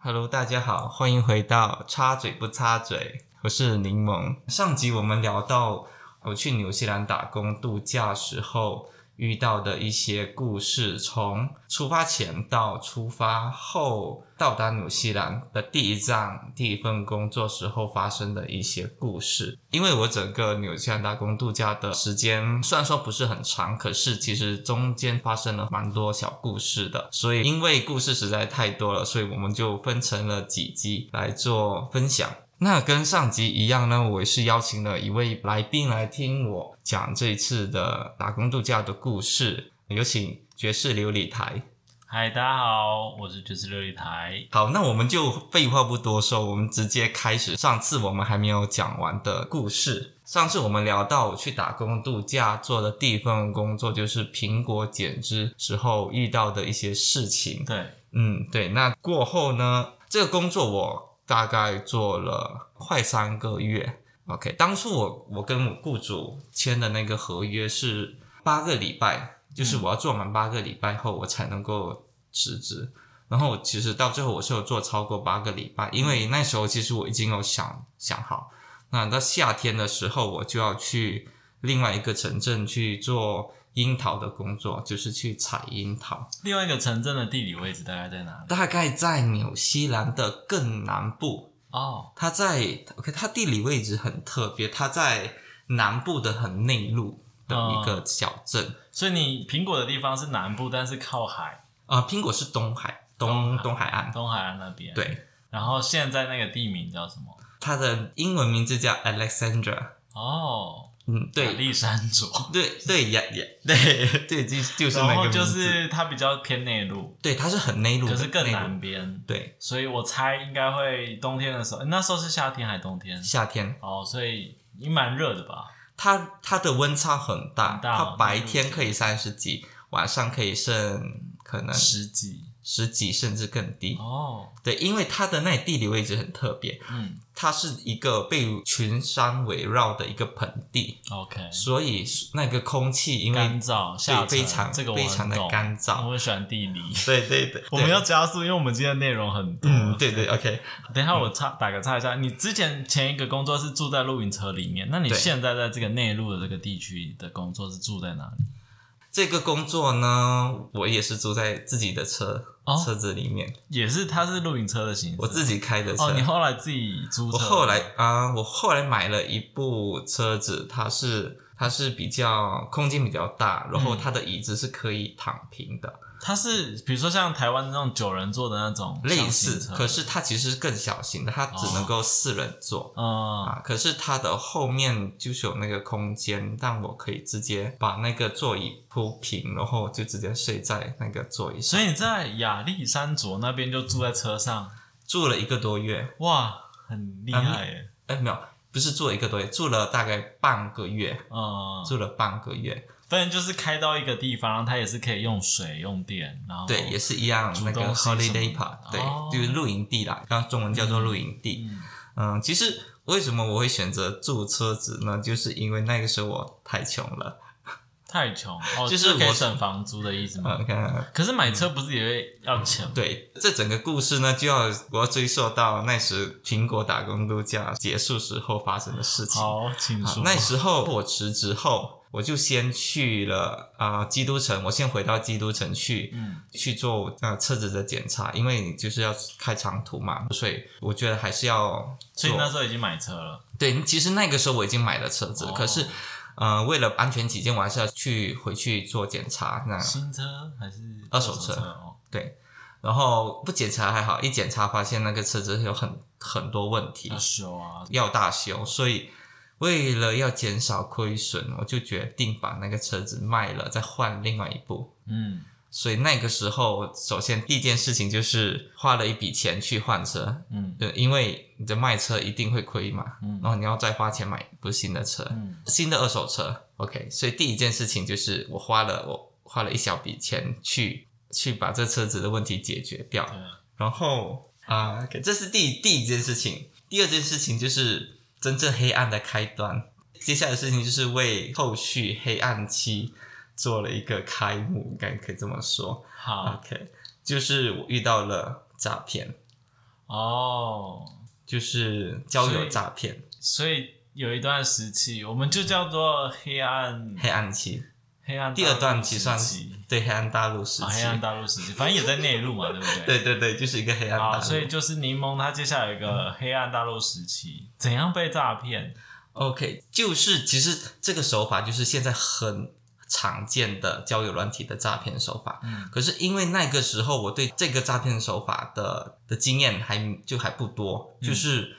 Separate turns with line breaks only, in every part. Hello，大家好，欢迎回到插嘴不插嘴，我是柠檬。上集我们聊到我去纽西兰打工度假时候遇到的一些故事，从出发前到出发后到达纽西兰的第一站、第一份工作时候发生的一些故事。因为我整个纽西兰打工度假的时间虽然说不是很长，可是其实中间发生了蛮多小故事的，所以因为故事实在太多了，所以我们就分成了几集来做分享。那跟上集一样呢，我也是邀请了一位来宾来听我讲这一次的打工度假的故事，有请爵士琉璃台。
嗨，大家好，我是爵士琉璃台。
好，那我们就废话不多说，我们直接开始上次我们还没有讲完的故事。上次我们聊到我去打工度假做的第一份工作就是苹果减脂时候遇到的一些事情。
对，
嗯，对。那过后呢，这个工作我大概做了快三个月。OK，当初我我跟我雇主签的那个合约是八个礼拜，就是我要做满八个礼拜后我才能够辞职。然后其实到最后我是有做超过八个礼拜，因为那时候其实我已经有想想好，那到夏天的时候我就要去另外一个城镇去做樱桃的工作，就是去采樱桃。
另外一个城镇的地理位置大概在哪里？
大概在纽西兰的更南部，
哦，
它在 OK，它地理位置很特别，它在南部的很内陆的一
哦
个小镇。
所以你苹果的地方是南部，但是靠海，
啊、苹果是东海东东海岸，
东海岸那边。，
对，
然后现在那个地名叫什么？
它的英文名字叫 Alexandra。
哦，
嗯，
亚
对，
历山卓。
对对呀呀，对 对，就 就是那个
然后
名字
就是它比较偏内陆，
对，它是很内陆的，
可是更
内陆
南。边，
对，
所以我猜应该会冬天的时候，诶那时候是夏天还是冬天？
夏天
哦，所以也蛮热的吧？
它它的温差很大，
很大
它
哦
白
内陆
天可以三十几，晚上可以剩可能
十几。
十几甚至更低。
哦，
对，因为它的那里地理位置很特别，
嗯
它是一个被群山围绕的一个盆地，
，OK，
所以那个空气因为
干燥，
对
下沉
非常
这个我
非常的
很懂
干燥
我很喜欢地 理。
对对对，
我们
对
要加速，因为我们今天的内容很多。
嗯对对 OK，
等一下我插打个岔一下，你之前前一个工作是住在露营车里面，那你
对
现在在这个内陆的这个地区的工作是住在哪里？
这个工作呢，我也是住在自己的车、
哦
车子里面，
也是，它是露营车的形式。
我自己开的车。
哦，你后来自己租车？
我后来啊、我后来买了一部车子，它是它是比较空间比较大，然后
嗯
它的椅子是可以躺平的，
它是比如说像台湾那种九人座的那种
类
箱型
似，
车哦
可是它其实是更小型的，它只能够四人坐、
嗯
啊。可是它的后面就是有那个空间，让我可以直接把那个座椅铺平，然后就直接睡在那个座椅上。
所以你在亚历山卓那边就住在车上，
住了一个多月，
哇，很厉害耶。
哎，没有，不是住了一个多月，住了大概半个月，
嗯，
住了半个月，
反正就是开到一个地方，然后它也是可以用水、用电，然后
对，也是一样
煮
那个
东西什么
holiday
的
park，对，
哦
就是露营地啦，刚中文叫做露营地。
嗯
嗯，其实为什么我会选择住车子呢？就是因为那个时候我太穷了。
太穷哦，
就
就是是可
我
以省房租的意思吗？
嗯，看看
可是买车不是也会要钱吗？
对，这整个故事呢，就要我要追溯到那时苹果打工度假结束时候发生的事情。
嗯好，请
啊
说。
那时候我辞职后，我就先去了啊、呃基督城，我先回到基督城去，
嗯
去做呃车子的检查，因为你就是要开长途嘛，所以我觉得还是要
所以
做
那时候已经买车了，
对，其实那个时候我已经买了车子，
哦
可是呃，为了安全起见，我还是要去回去做检查。那
新车还是
二手车
车？哦，
对，然后不检查还好，一检查发现那个车子有很很多问题
要，修啊，
要大修，所以。为了要减少亏损，我就决定把那个车子卖了，再换另外一部。
嗯，
所以那个时候，首先第一件事情就是花了一笔钱去换车，
嗯
对，因为你的卖车一定会亏嘛，
嗯
然后你要再花钱买一部新的车，
嗯
新的二手车，OK，所以第一件事情就是我花了我花了一小笔钱去去把这车子的问题解决掉，
对，
然后啊、o k 这是第第一件事情。第二件事情就是真正黑暗的开端。接下来的事情就是为后续黑暗期做了一个开幕，应该可以这么说。
好
OK，就是我遇到了诈骗。
哦，
就是交友诈骗、
所以有一段时期，我们就叫做黑暗
黑暗期。
黑暗大陆
第二段其实算
时
是
期
对黑暗大陆时
啊，黑
期，
暗大陆时期，反正也在内陆嘛，对不对？
对对对，就是一个黑暗大
好，
陆。
所以就是柠檬，它接下来有一个黑暗大陆时期，怎样被诈骗？
OK，就是其实这个手法就是现在很常见的交友软体的诈骗手法。
嗯
可是因为那个时候我对这个诈骗手法的的经验还就还不多，
嗯
就是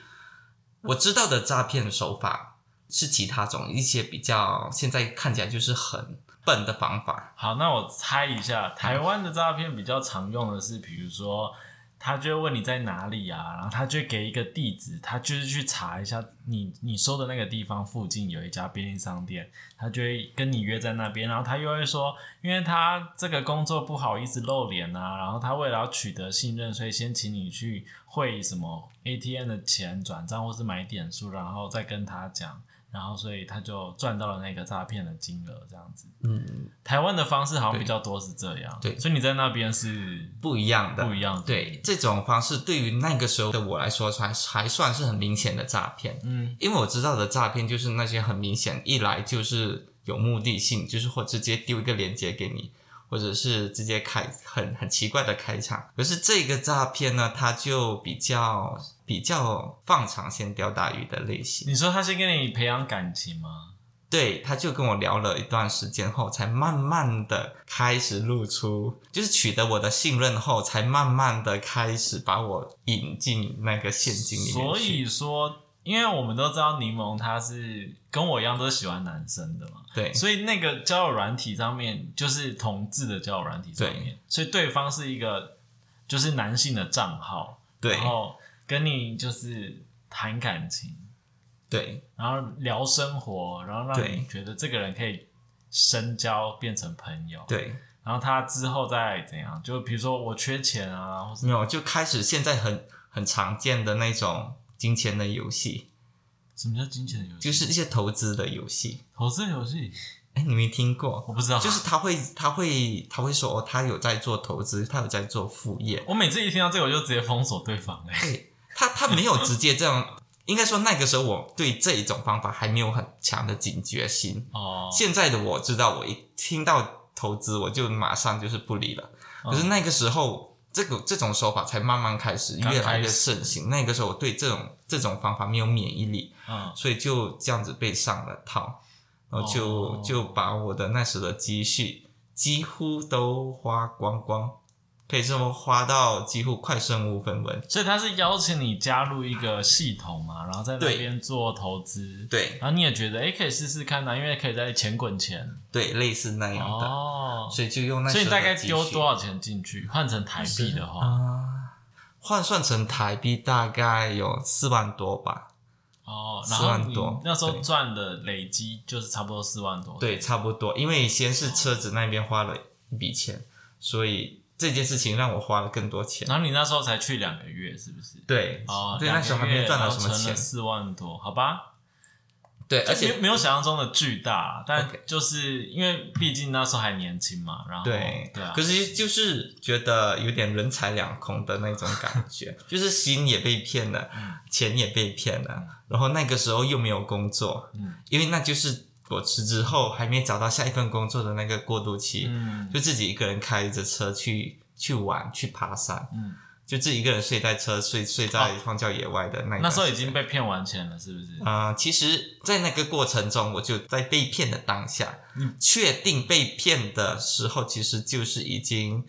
我知道的诈骗手法是其他种一些比较现在看起来就是很笨的方法。
好，那我猜一下，台湾的诈骗比较常用的是，比如说他就会问你在哪里啊，然后他就会给一个地址，他就是去查一下你你说的那个地方附近有一家便利商店，他就会跟你约在那边，然后他又会说，因为他这个工作不好意思露脸啊，然后他为了要取得信任，所以先请你去汇什么 ATM 的钱转账或是买点数，然后再跟他讲。然后，所以他就赚到了那个诈骗的金额，这样子。
嗯，
台湾的方式好像比较多是这样，
对
所以你在那边是
不一样的，
不一样的，
对，这种方式对于那个时候的我来说还还算是很明显的诈骗。
嗯，
因为我知道的诈骗就是那些很明显，一来就是有目的性，就是或直接丢一个链接给你，或者是直接开很很奇怪的开场。可是这个诈骗呢，它就比较比较放长线钓大鱼的类型。
你说他先跟你培养感情吗？
对，他就跟我聊了一段时间后，才慢慢的开始露出，就是取得我的信任后，才慢慢的开始把我引进那个陷阱里面去。
所以说，因为我们都知道柠檬他是跟我一样都是喜欢男生的嘛，
对，
所以那个交友软体上面就是同志的交友软体上面，所以对方是一个就是男性的账号，
对
然，后跟你就是谈感情，
对，
然后聊生活，然后让你
对
觉得这个人可以深交变成朋友，
对。
然后他之后再怎样，就比如说我缺钱啊，或是
没有，就开始现在很很常见的那种金钱的游戏，
什么叫金钱的游戏？
就是一些投资的游戏。
投资游戏，
哎，你没听过？
我不知道。
就是他会，他会，他会说哦，他有在做投资，他有在做副业。
我每次一听到这个，我就直接封锁对方、哎，
对，他他没有直接这样，应该说那个时候我对这一种方法还没有很强的警觉心。
哦，
现在的我知道，我一听到投资，我就马上就是不理了。
嗯
可是那个时候，这个这种手法才慢慢开始
刚开始
越来越盛行。那个时候，我对这种这种方法没有免疫力，
嗯，
所以就这样子被上了套，然后就、
哦
就把我的那时的积蓄几乎都花光光，可以这么花到几乎快身无分文。
所以他是邀请你加入一个系统嘛，然后在那边做投资，
对
然后你也觉得哎、可以试试看啊，因为可以在钱滚钱
对，类似那样的，
哦。
所以就用那时
所
候
以
的
你大概
积蓄
丢多少钱进去？换成台币的话，
啊？换算成台币大概有四万多吧，
哦，然
四
后
万
你
多
那时候
对
赚的累积就是差不多四万多，
对，差不多。因为先是车子那边花了一笔钱，所以这件事情让我花了更多钱。
然后你那时候才去两个月，是不是？
对，
哦，
对，
两
那
个
时候还
月
没赚到
然后
什么
存了
钱。
四万多，好吧？
对，而
没
且
没有想象中的巨大，啊但
OK
就是因为毕竟那时候还年轻嘛，然后
对，
对啊，
可是就是觉得有点人财两空的那种感觉， 就是心也被骗了，
嗯
钱也被骗了，然后那个时候又没有工作，
嗯
因为那就是我辞职后还没找到下一份工作的那个过渡期，
嗯
就自己一个人开着车去去玩去爬山，
嗯，
就自己一个人睡在车睡睡在荒郊野外的那一段
哦那时候已
时间
经被骗完钱了，是不是？
啊、其实，在那个过程中，我就在被骗的当下，
嗯
确定被骗的时候，其实就是已经，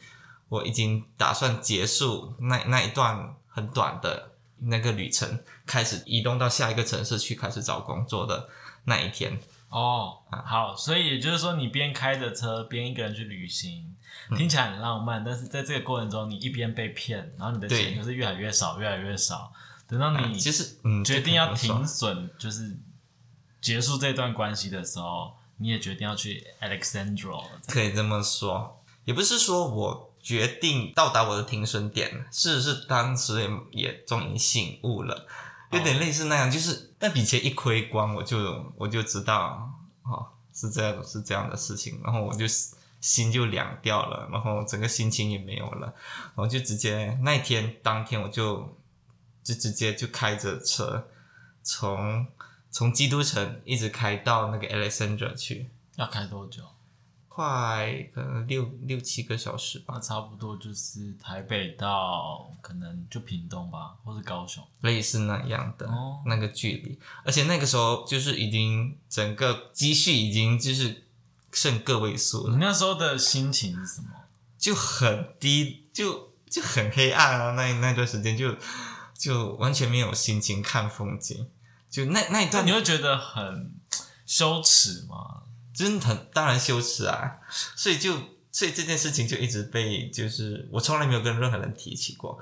我已经打算结束那那一段很短的那个旅程，开始移动到下一个城市去开始找工作的那一天。
哦，好，所以也就是说，你边开着车边一个人去旅行，听起来很浪漫，但是在这个过程中，你一边被骗，然后你的
对
钱就是越来越少，越来越少，等到你
其实，嗯，
决定要
这个怎
停
么说，
损，就是结束这段关系的时候，你也决定要去 Alexandro 了。
可以这么说，也不是说我决定到达我的停损点，是是当时也也终于醒悟了。有点类似那样，就是那笔钱一亏光，我就我就知道哦，是这样是这样的事情，然后我就心就凉掉了，然后整个心情也没有了，然后就直接那一天当天我就就直接就开着车从从基督城一直开到那个 Alexandra 去，
要开多久？
快可能六六七个小时吧，
那差不多就是台北到可能就屏东吧，或是高雄。
类似那样的、
哦
那个距离。而且那个时候就是已经整个积蓄已经就是剩个位数
你
了，
那时候的心情是什么？
就很低，就就很黑暗啊。那那段时间就就完全没有心情看风景，就那那一
那
段
你会觉得很羞耻吗？
真的很当然羞耻啊，所以就所以这件事情就一直被就是我从来没有跟任何人提起过。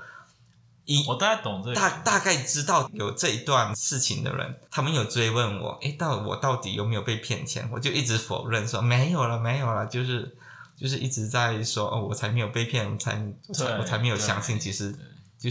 一
我大概懂这个。
大大概知道有这一段事情的人，他们有追问我，诶，到我到底有没有被骗钱？我就一直否认说没有了，没有了，就是就是一直在说哦，我才没有被骗，我才我才
对
我才没有
对
相信，其实
对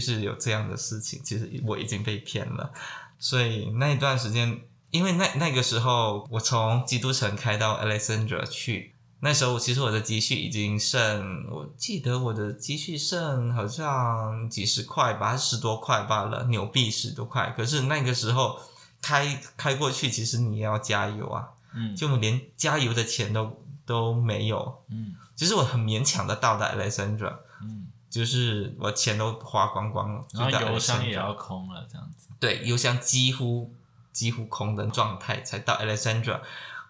就是有这样的事情，其实我已经被骗了。所以那一段时间，因为那那个时候我从基督城开到 Alexandra 去，那时候其实我的积蓄已经剩，我记得我的积蓄剩好像几十块吧，还是十多块罢了，纽币十多块。可是那个时候开开过去，其实你也要加油啊，
嗯，
就连加油的钱都都没有。
嗯
其实我很勉强的到达 Alexandra，
嗯，
就是我钱都花光光了，
然
就
后
到
邮箱也
Alexandra
要空了，这样子。
对，邮箱几乎几乎空的状态才到 Alexandra。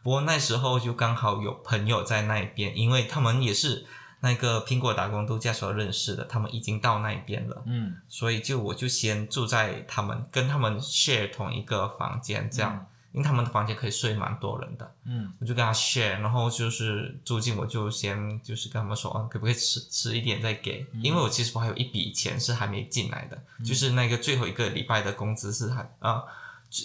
不过那时候就刚好有朋友在那边，因为他们也是那个苹果打工度假所认识的，他们已经到那边了，
嗯，
所以就我就先住在他们跟他们 share 同一个房间，这样，因为他们的房间可以睡蛮多人的，
嗯，
我就跟他 share，然后就是租金我就先就是跟他们说，啊，可不可以吃吃一点再给？因为我其实我还有一笔钱是还没进来的，就是那个最后一个礼拜的工资是还啊、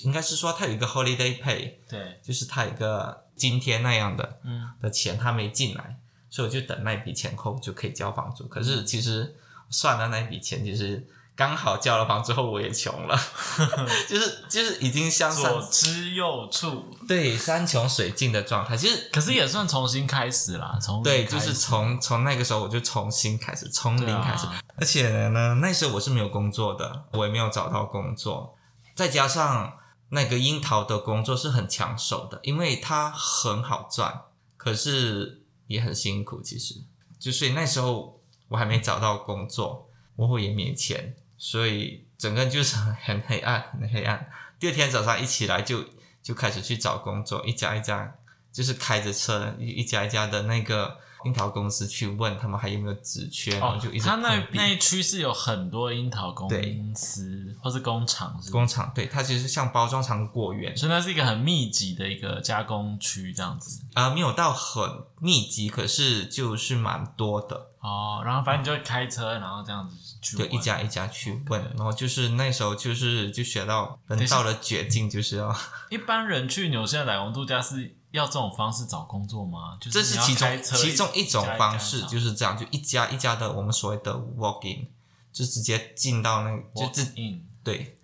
应该是说他有一个 holiday pay，
对，
就是他有一个今天那样的
嗯
的钱他没进来，所以我就等那笔钱后就可以交房租。可是其实算了那笔钱，其实刚好交了房之后我也穷了， 就是就是已经相三
左支右绌，
对山穷水尽的状态，其实。
可是也算重新开始啦，从
对，
零开
就
始
是从从那个时候我就重新开始，从
对
零
啊
开始。而且呢，那时候我是没有工作的，我也没有找到工作，再加上那个樱桃的工作是很抢手的，因为它很好赚，可是也很辛苦。其实，就所以那时候我还没找到工作，我也没钱，所以整个就是很很黑暗，很黑暗。第二天早上一起来就就开始去找工作，一家一家就是开着车一一家一家的那个樱桃公司去问他们还有没有职缺，然后
哦
就一，直
他那
碰壁
那一区是有很多樱桃
对
公司或是工厂，是不是
工厂，对它其实像包装厂、果园
所以那是一个很密集的一个加工区这样子
啊、没有到很密集，可是就是蛮多的，
哦，然后反正你就开车，然后这样子去
就
玩，
一家一家去问，然后就是那时候就是就学到人到了绝境，就是要
一般人去纽西兰打工度假是要这种方式找工作吗？就
这是
是你要
其
开
中
车
其中一种
家
方式
家，上
就是这样，就一家一家的我们所谓的 walk in，就直接进到那个就
walk
直
in。
对，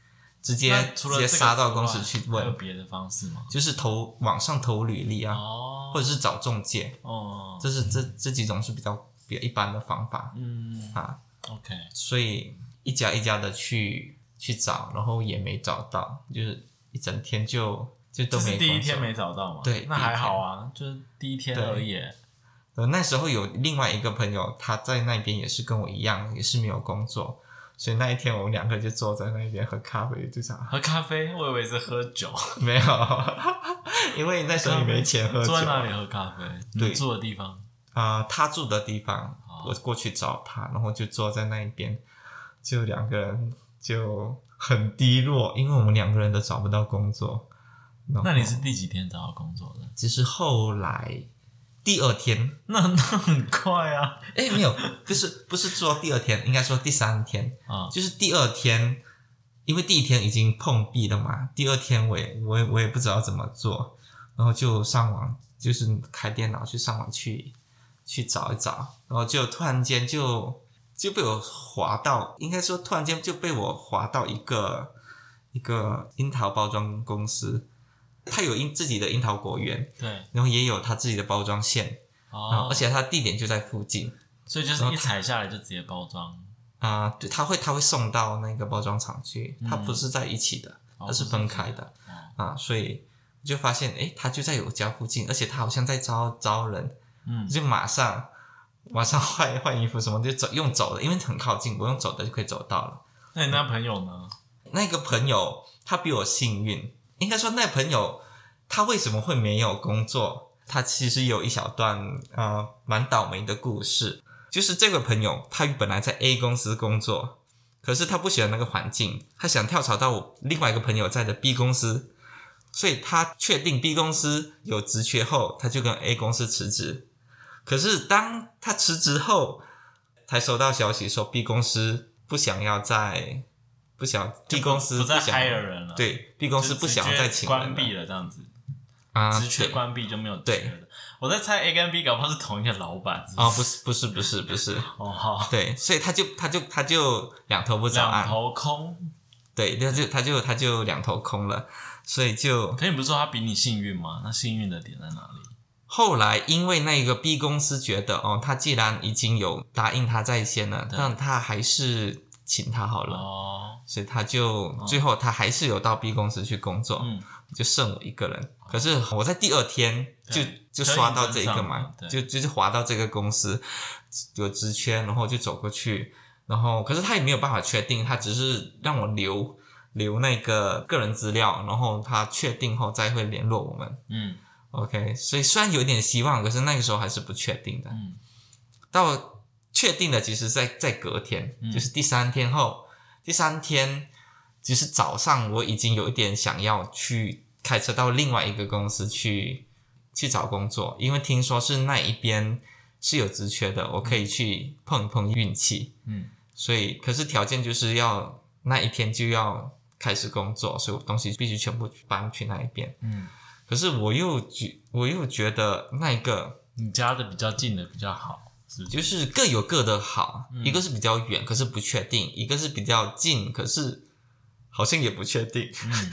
直接
那除
直
了
接
这个
杀到
之
公司
外
去
还有
问，
别的方式吗？
就是投网上投履历啊，
哦，
或者是找中介，
哦，
这是这这几种是比较比较一般的方法
嗯
啊，
，OK，
所以一家一家的去去找，然后也没找到，就是一整天就就
这
都
是
没
第一
工
天
作。
没找到嘛？
对
那还好啊，就是第一天
对
而已。
呃，那时候有另外一个朋友，他在那边也是跟我一样，也是没有工作，所以那一天我们两个就坐在那边喝咖啡，就想
喝咖啡，我以为是喝酒，
没有， 因为那时候也没钱喝酒
坐在
啊、
那里喝咖啡。
对
你住的地方，
他住的地方，
哦
我过去找他，然后就坐在那一边，就两个人就很低落，因为我们两个人都找不到工作。然
那你
后
是第几天找到工作 的？
只是后来第二天，
那那很快啊！
哎，没有，不是不是说第二天，应该说第三天。
啊，
就是第二天，因为第一天已经碰壁了嘛，第二天我也我也我也不知道怎么做，然后就上网，就是开电脑去上网去去找一找，然后就突然间就就被我滑到，应该说突然间就被我滑到一个一个樱桃包装公司，它有樱自己的樱桃果园，
对，
然后也有它自己的包装线，啊，
哦
而，且它地点就在附近。
所以就是一踩下来就直接包装，
啊、对，他会他会送到那个包装厂去，它不是在一起的，
嗯哦
它是分开的
不是一起
啊，所以我就发现，诶，他就在我家附近，而且他好像在招招人，
嗯
就马上马上 换换衣服什么就走用走的，因为很靠近，我用走的就可以走到了。
那你那朋友呢？
那个朋友他比我幸运，应该说那个朋友他为什么会没有工作？他其实有一小段呃蛮倒霉的故事，就是这个朋友他本来在 A 公司工作，可是他不喜欢那个环境，他想跳槽到我另外一个朋友在的 B 公司，所以他确定 B 公司有职缺后，他就跟 A 公司辞职。可是当他辞职后，才收到消息说 B 公司不想要再不想 B 公司
不再
想
hire 人了，，
对 B 公司不想要再请人了
关闭了这样子，
啊，
职缺
对
关闭就没有
对
缺了。我在猜 A 跟 B 搞不好是同一个老板
啊、不是不是不是不是，
哦好，
对，所以他就他就他就两头不啊着
两
岸，
头空。
对，他就他就他就两头空了，所以就
可你不是说他比你幸运吗？那幸运的点在哪里？
后来因为那个 B 公司觉得哦，他既然已经有答应他在先了，
对
但他还是请他好了，
哦，
所以他就最后他还是有到 B 公司去工作，
嗯，
就剩我一个人。可是我在第二天就
对
就刷到这一个
可以跟上
嘛
嘛，对
就就是滑到这个公司有职缺，然后就走过去，然后可是他也没有办法确定，他只是让我留留那个个人资料，然后他确定后再会联络我们。
嗯
OK，所以虽然有点希望，可是那个时候还是不确定的。
嗯，
到确定的，其实在在隔天，
嗯
就是第三天后，第三天其实早上我已经有一点想要去开车到另外一个公司去去找工作，因为听说是那一边是有职缺的，我可以去碰一碰运气。
嗯，
所以可是条件就是要那一天就要开始工作，所以我东西必须全部搬去那一边。
嗯，
可是我又觉我又觉得那一个
你家的比较近的比较好，是不是？
就是各有各的好，
嗯
一个是比较远，可是不确定；一个是比较近，可是好像也不确定。
嗯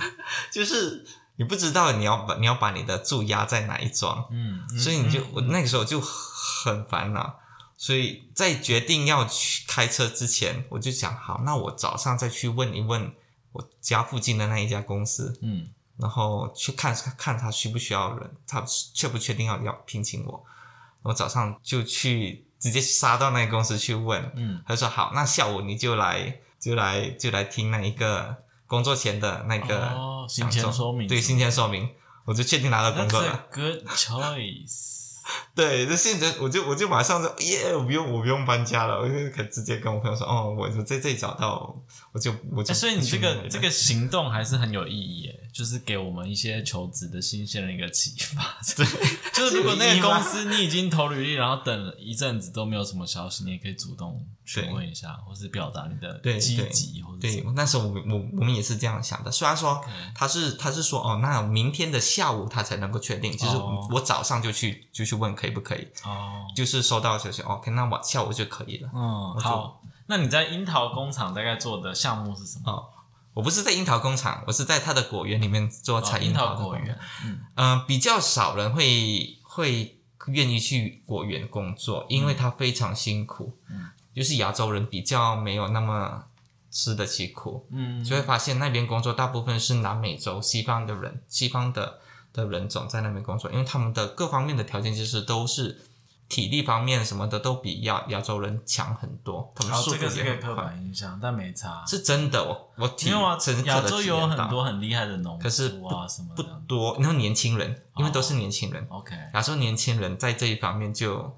就是你不知道你要把你要把你的注压在哪一桩，
嗯，嗯
所以你就、
嗯
我那个时候就很烦恼。所以在决定要去开车之前，我就想，好，那我早上再去问一问我家附近的那一家公司，
嗯
然后去看看他需不需要人，他确不确定要要聘请我。我早上就去直接杀到那个公司去问，
嗯
他就说好，那下午你就来就来就来听那一个工作前的那个
哦
讲
行前
座
说明
对行前说明，我就确定拿到工
，That's
作
a
了。
good choice。
对，就现在我就我就马上说耶，我不用我不用搬家了，我就可以直接跟我朋友说哦，我就在这里找到，我就我就、
哎、所以你这
我
个
就
这个行动还是很有意义，诶，就是给我们一些求职的新鲜人一个启发。对，就是如果那个公司你已经投履历，然后等了一阵子都没有什么消息，你也可以主动询问一下，或是表达你的
对
积
对
极或者什
对
么。，
那时候我我我们也是这样想的。虽然说
OK
他是他是说哦，那明天的下午他才能够确定。其实
哦
我早上就去就去问可以不可以，
哦，
就是收到消息哦 OK，那我下午就可以了。
嗯，
我就
好。那你在樱桃工厂大概做的项目是什么？
哦，我不是在樱桃工厂，我是在他的果园里面做
哦
采
樱
桃的
果
工作
园。。嗯
嗯、比较少人会会愿意去果园工作，因为它非常辛苦，
嗯
就是亚洲人比较没有那么吃得起苦。
嗯，
就会发现那边工作大部分是南美洲西方的人，西方的的人种在那边工作，因为他们的各方面的条件就是都是体力方面什么的都比亚亚洲人强很多，他们
然后
速
哦这
度
个是
也
个
很
刻
快，
板印象，但没差。
是真的。我我体
没有啊
深，刻
亚
地
洲
体
有
验
很
到
多很厉害的农
可是
夫啊什么
不
的。
多，然后年轻人，因为都是年轻人，
OK，
亚洲年轻人在这一方面就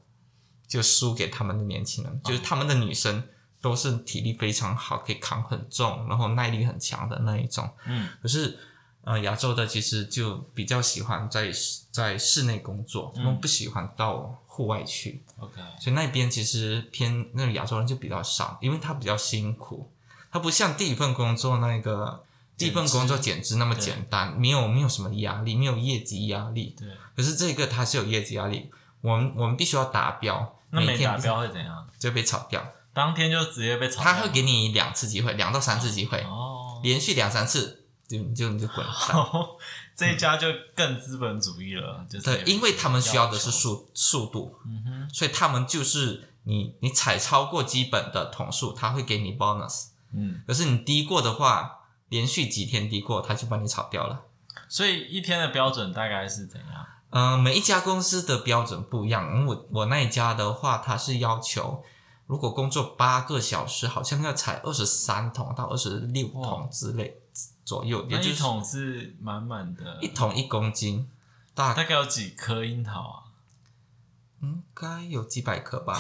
就输给他们的年轻人，就是他们的女生都是体力非常好，可以扛很重，然后耐力很强的那一种。
嗯
可是，呃，亚洲的其实就比较喜欢在室在室内工作，他们不喜欢到户外去，
，OK，
所以那边其实偏那个亚洲人就比较少，因为他比较辛苦，他不像第一份工作那个第一份工作简直那么
对
简单，没有没有什么压力，没有业绩压力。
对。
可是这个它是有业绩压力，我们我们必须要达标，哦
那没
每天
达标会怎样？
就被炒掉，
当天就直接被炒掉。
他会给你两次机会，两到三次机会，
哦，
连续两三次就你就你就滚蛋。
这一家就更资本主义了，就是
对，因为他们需要的是，速速度，
嗯哼，
所以他们就是你你踩超过基本的桶数，他会给你 bonus，
嗯，
可是你低过的话，连续几天低过，他就把你炒掉了。
所以一天的标准大概是怎样？
嗯，每一家公司的标准不一样。嗯我我那一家的话，它是要求，如果工作八个小时，好像要采二十三桶到二十六桶之类左右，也嗯
那
就
一
是
桶是满满的
一，桶一公斤，大
大概有几颗樱桃啊？
应该有几百克吧。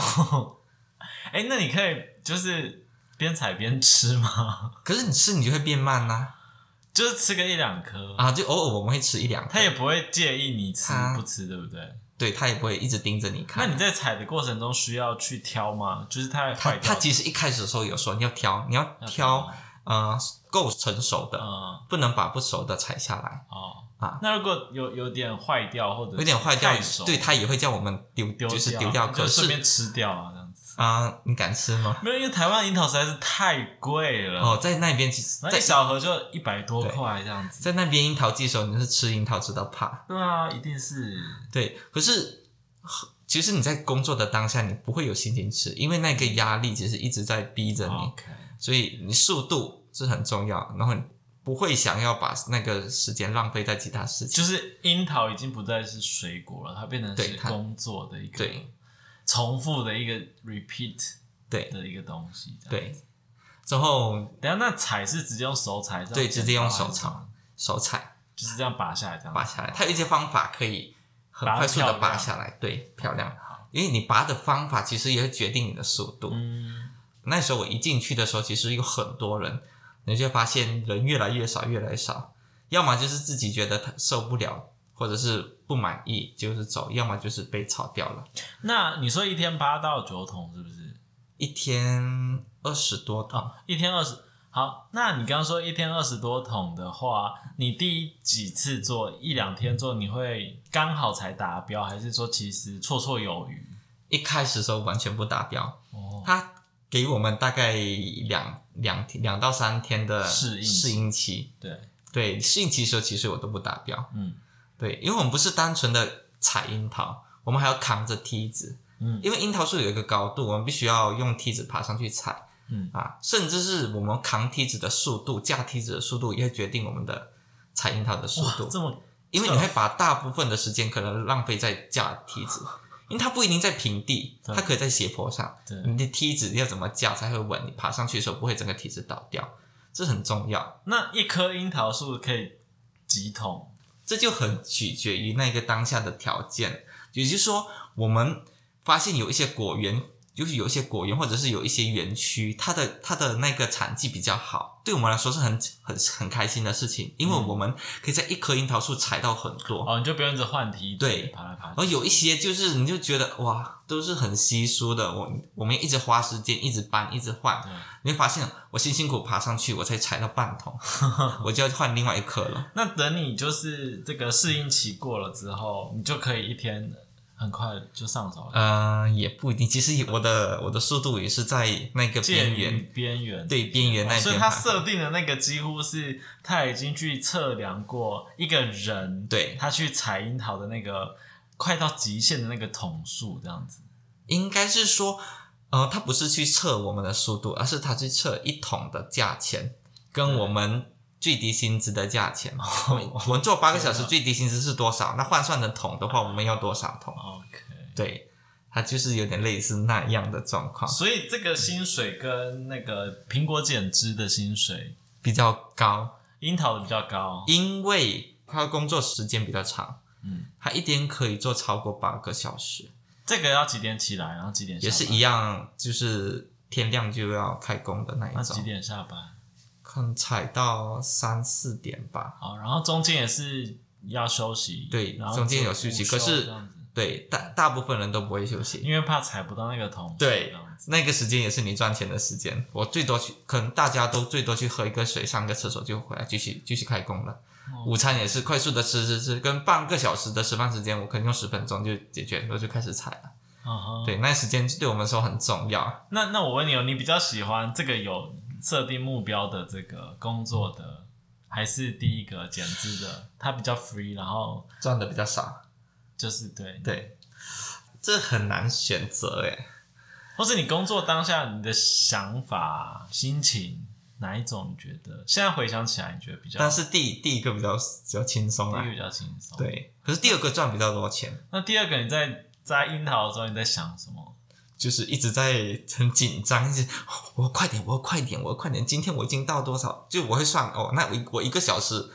哎、那你可以就是边采边吃吗？
可是你吃你就会变慢啊呐、
就是吃个一两颗，
啊，就偶尔我们会吃一两颗，
他也不会介意你吃
他
不吃，对不对？
对他也不会一直盯着你
那
看。
你在采的过程中需要去挑吗？就是它会
他
坏
他，
掉
其实一开始的时候有说你要挑，你要
要
挑呃够成熟的，
嗯
不能把不熟的采下来。
哦
啊
那如果有有点坏掉或者
有点坏掉
太熟，
对他也会叫我们丢，
丢掉，啊
就是丢掉。可
就
是
顺便吃掉啊，这样子。
啊、你敢吃吗？
没有，因为台湾樱桃实在是太贵了，
哦，在那边其实，
嗯那
在
一小盒就一百多块这样子。
在那边樱桃季的时候，你是吃樱桃吃到怕。
对啊，一定是
对，可是其实你在工作的当下，你不会有心情吃，因为那个压力其实一直在逼着你，
哦 OK。
所以你速度是很重要，然后你不会想要把那个时间浪费在其他事情。
就是樱桃已经不再是水果了，它变成
对
是
它
工作的一个
对
重复的一个 repeat
对
的一个东西。这样，
对，之后
等一下那踩是直接用手踩，这样
对直接用手
剪刀还是
炒手踩
就是这样拔下来，这样
拔下来，它有一些方法可以很
拔得
快速的
漂
拔
亮
下来，对，漂亮。
好，
因为你拔的方法其实也会决定你的速度。
嗯，
那时候我一进去的时候，其实有很多人，你就会发现人越来越少，越来越少。要么就是自己觉得他受不了，或者是不满意，就是走；要么就是被炒掉了。
那你说一天八到九桶是不是？
一天二十多桶，
一天二十，好，那你刚刚说一天二十多桶的话，你第几次做一两天做，你会刚好才达标，还是说其实绰绰有余？
一开始的时候完全不达标。
哦，
他给我们大概两两天两到三天的
适应期
适应期，
对，
对适应期的时候，其实我都不达标。
嗯
对，因为我们不是单纯的采樱桃，我们还要扛着梯子。
嗯
因为樱桃树有一个高度，我们必须要用梯子爬上去踩
嗯，
啊，甚至是我们扛梯子的速度、架梯子的速度，也会决定我们的采樱桃的速
哇，这
度。
么
因为你会把大部分的时间可能浪费在架梯子，因为它不一定在平地，
对
它可以在斜坡上。
对嗯
你的梯子要怎么架才会稳？你爬上去的时候不会整个梯子倒掉，这很重要。
那一棵樱桃树可以几桶？
这就很取决于那个当下的条件。也就是说，我们发现有一些果园，就是有一些果园或者是有一些园区，它的它的那个产季比较好，对我们来说是很很很开心的事情，因为
嗯
我们可以在一棵樱桃树采到很多。
哦，你就不用一直换梯子，
对
爬来爬
而
去。
有一些就是你就觉得哇，都是很稀疏的，我我们一直花时间，一直搬，一直换，
对
你会发现我辛辛苦苦爬上去，我才采到半 桶，我就要换另外一棵了。
那等你就是这个适应期过了之后，你就可以一天很快就上手了，
呃，也不一定。其实我的我的速度也是在那个
介
边
于
缘，
边缘
对边缘那
哦
边吧。
所以他设定的那个几乎是他已经去测量过一个人，
对
他去采樱桃的那个快到极限的那个桶数这样子。
应该是说，呃，他不是去测我们的速度，而是他去测一桶的价钱跟
对
我们最低薪资的价 钱。我们我们做八个小时
天啊
最低薪资是多少？那换算成桶的话，我们要多少桶？
OK，
对，它就是有点类似那样的状况，
所以这个薪水跟那个苹果减脂的薪水，
比较高，
樱桃的比较高。
因为他工作时间比较长，
嗯，
他一天可以做超过八个小时。
这个要几点起来，然后几点下
也
班
是一，样，就是天亮就要开工的那
那
一
几
种，
点下班？
看踩到三四点吧。
好，然后中间也是要休息，
对
然后
中间有休息
午
可是
这样子
对，大大部分人都不会休息，
因为怕踩不到那个桶数，
对
这样子
那个时间也是你赚钱的时间。我最多去，可能大家都最多去喝一个水、上个厕所就回来继续继续开工了。
哦
午餐也是快速的吃吃吃，跟半个小时的吃饭时间，我可能用十分钟就解决，我就开始踩了。
嗯哼
对，那时间对我们说很重要。
那那我问你哦，你比较喜欢这个有设定目标的这个工作的，还是第一个减脂的？它比较 free，然后
赚的比较少，
就是对
对，这很难选择诶。哎
或是你工作当下你的想法、心情哪一种？你觉得现在回想起来，你觉得比较
但是第第一个比较比较轻松
第
啊
一个，比较轻松？。
对。可是第二个赚比较多钱，
那第二个，你在摘樱桃的时候，你在想什么？
就是一直在 很紧张，一直哦我快点，我快点，我快点，今天我已经到多少？就我会算哦，那我一我一个小时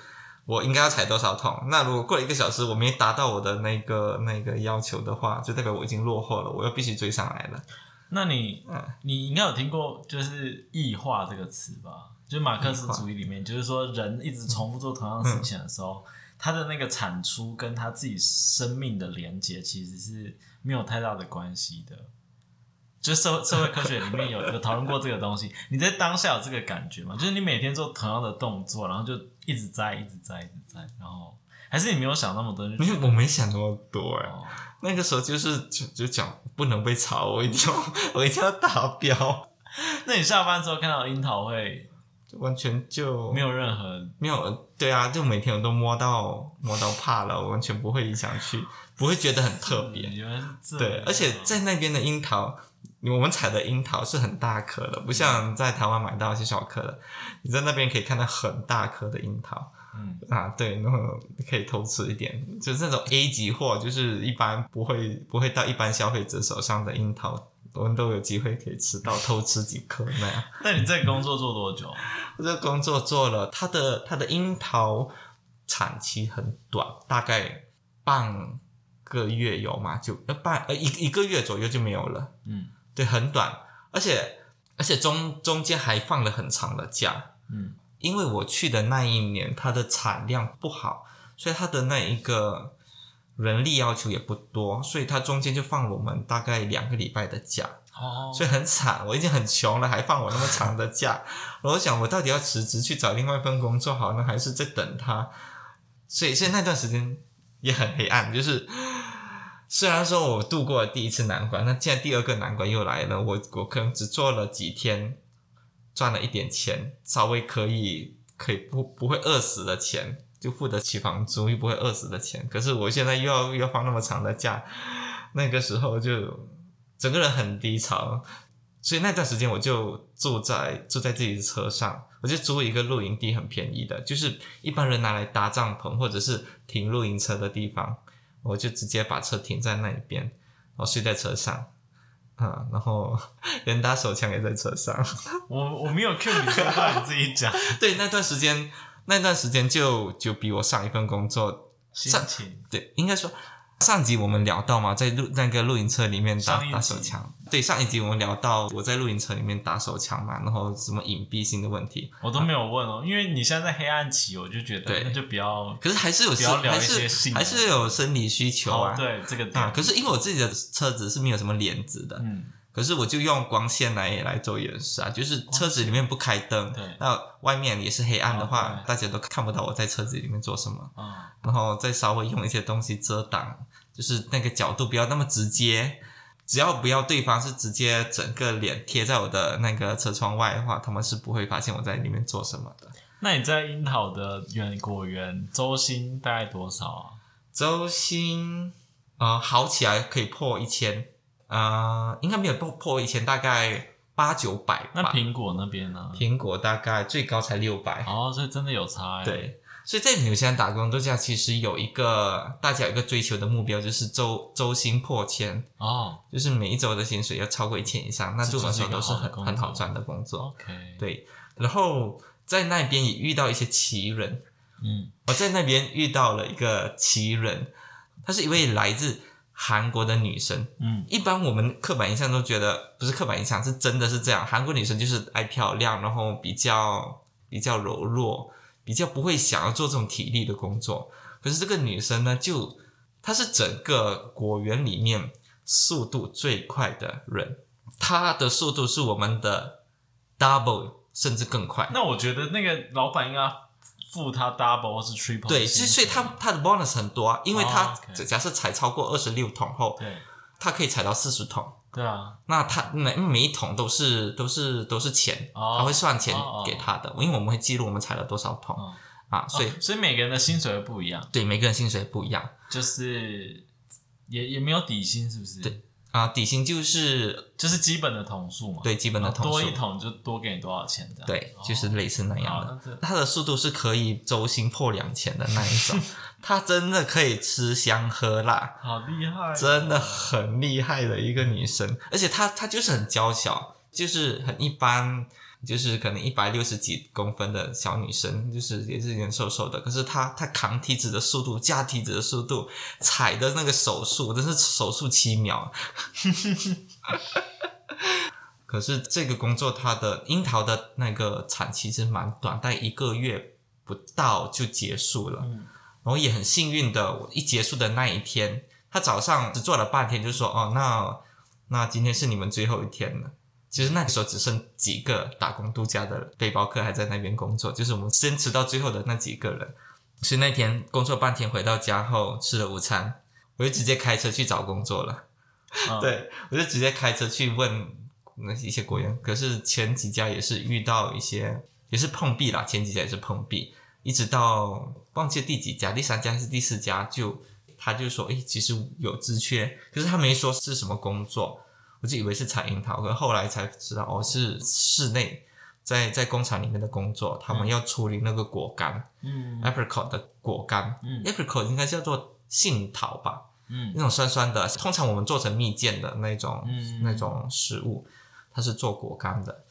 我应该要踩多少桶？那如果过了一个小时我没达到我的那个那个要求的话，就代表我已经落后了，我又必须追上来了。
那你
嗯
你应该有听过就是异化这个词吧？就是马克思主义里面，就是说人一直重复做同样的事情的时候，他的那个产出跟他自己生命的连接其实是没有太大的关系的。就社社会科学里面有有讨论过这个东西， 你在当下有这个感觉吗？就是你每天做同样的动作，然后就一直在一直在一直在，然后还是你没有想那么多，就
没
觉
有，
得
我没想那么多哎、
哦
那个时候就是就就讲不能被炒，我一定要 我一定要达标，
那你下班之后看到樱桃会
完全就
没有任何
没有对啊，就每天我都摸到摸到怕了，我完全不会想去，不会觉得很特别。
你们嗯是这样
对，
啊
而且在那边的樱桃，我们采的樱桃是很大颗的，不像在台湾买到一些小颗的。你在那边可以看到很大颗的樱桃
嗯，
啊，对，然后可以偷吃一点，就是那种 A 级货，就是一般不会不会到一般消费者手上的樱桃，我们都有机会可以吃到偷吃几颗那样。
那你这个工作做多久？
这个工作做了，它的它的樱桃产期很短，大概半个月有嘛，就呃半呃一一个月左右就没有了，
嗯
对，很短，而且而且中中间还放了很长的假，
嗯，
因为我去的那一年它的产量不好，所以它的那一个人力要求也不多，所以它中间就放我们大概两个礼拜的假，
哦
所以很惨，我已经很穷了，还放我那么长的假。 我想，我到底要辞职去找另外一份工作好呢，还是在等他？所以，所以那段时间也很黑暗，就是 虽然说我度过了第一次难关，那现在第二个难关又来了。我我可能只做了几天，赚了一点钱，稍微可以可以不不会饿死的钱，就付得起房租，又不会饿死的钱。可是我现在又要又要放那么长的假，那个时候就整个人很低潮，所以那段时间我就住在住在自己的车上，我就租一个露营地，很便宜的，就是一般人拿来搭帐篷或者是停露营车的地方，我就直接把车停在那一边，然后睡在车上。啊，然后人打手枪也在车上。
我我没有 Q 你说话，你自己讲
对，那段时间，那段时间就就比我上一份工作，
心情。
对，应该说上集我们聊到嘛，在录那个露营车里面打
上一集
打手枪。对，上一集我们聊到我在露营车里面打手枪嘛，然后什么隐蔽性的问题，
我都没有问哦，因为你现在在黑暗期，我就觉得
对
那就不要
可是还是有
不要
生
聊
还
一些
是
性
还是有生理需求
哦
啊。，
对这个
啊，
点，
可是因为我自己的车子是没有什么帘子的，
嗯，
可是我就用光线来来做掩饰啊，就是车子里面不开灯
哦对，
那外面也是黑暗的话，
哦对
大家都看不到我在车子里面做什么，
啊，
然后再稍微用一些东西遮挡，就是那个角度不要那么直接，只要不要对方是直接整个脸贴在我的那个车窗外的话，他们是不会发现我在里面做什么的。
那你在樱桃的园果园周薪大概多少啊？
周薪呃好起来可以破一千，呃应该没有破破一千，大概八九百吧。
那苹果那边呢？
苹果大概最高才六百、
哦，所以真的有差欸。
对。所以在纽西兰打工度假，其实有一个大家有一个追求的目标，就是周周薪破千，
哦
就是每一周的薪水要超过一千以上，那
这
对我来
就是
说
一个
都是
好的
很
工
很好
作
赚的工作。
，OK，，
对，然后在那边也遇到一些奇人，
嗯，
我在那边遇到了一个奇人，她是一位来自韩国的女生，
嗯
一般我们刻板印象都觉得不是刻板印象，是真的是这样。韩国女生就是爱漂亮，然后比较比较柔弱，比较不会想要做这种体力的工作。可是这个女生呢，就她是整个果园里面速度最快的人，她的速度是我们的 double 甚至更快。
那我觉得那个老板应该付他 double 或是 triple，
对，
的
所
薪
以所以
水
她她的 bonus 很多啊，因为她、
哦，OK
假设踩超过二十六桶后，
对
她可以踩到四十桶。
对啊，
那他每每一桶都是都是都是钱，
哦
他会算钱
哦哦
给他的，因为我们会记录我们采了多少桶、
哦
啊，所以、
哦所以每个人的薪水会不一样，
对每个人薪水不一样
就是也也没有底薪，是不是？
对啊、啊，底薪就是
就是基本的桶数嘛。
对基本的
然后
桶
哦多
数
一，桶就多给你多少钱这样。
对
哦，
就是类似那样
好，
的。
那这
它的速度是可以周薪破两千的那一 种，它真的可以吃香喝辣，
好厉害哦，
真的很厉害的一个女生，而且她她就是很娇小，就是很一般，就是可能一百六十几公分的小女生，就是也是有点瘦瘦的，可是她她扛梯子的速度、架梯子的速度、踩的那个手速，真是手速七秒。 可是这个工作，它的樱桃的那个产期是蛮短，但一个月不到就结束了。
嗯
然后也很幸运的，我一结束的那一天，他早上只做了半天，就说哦，那那今天是你们最后一天了。其实那时候只剩几个打工度假的背包客还在那边工作，就是我们坚持到最后的那几个人。所以那天工作半天回到家后吃了午餐，我就直接开车去找工作了。
嗯
对，我就直接开车去问那一些国人，可是前几家也是遇到一些也是碰壁啦，前几家也是碰壁，一直到忘记第几家，第三家还是第四家就他就说，诶，其实有职缺，可是他没说是什么工作，我就以为是采樱桃，可是后来才知道哦是室内。在在工厂里面的工作，他们要处理那个果干、
嗯
a p r i c o t 的果干、
嗯
a p r i c o t 应该叫做杏桃吧？
嗯
那种酸酸的，通常我们做成蜜饯的那种、
嗯
那种食物，它是做果干的，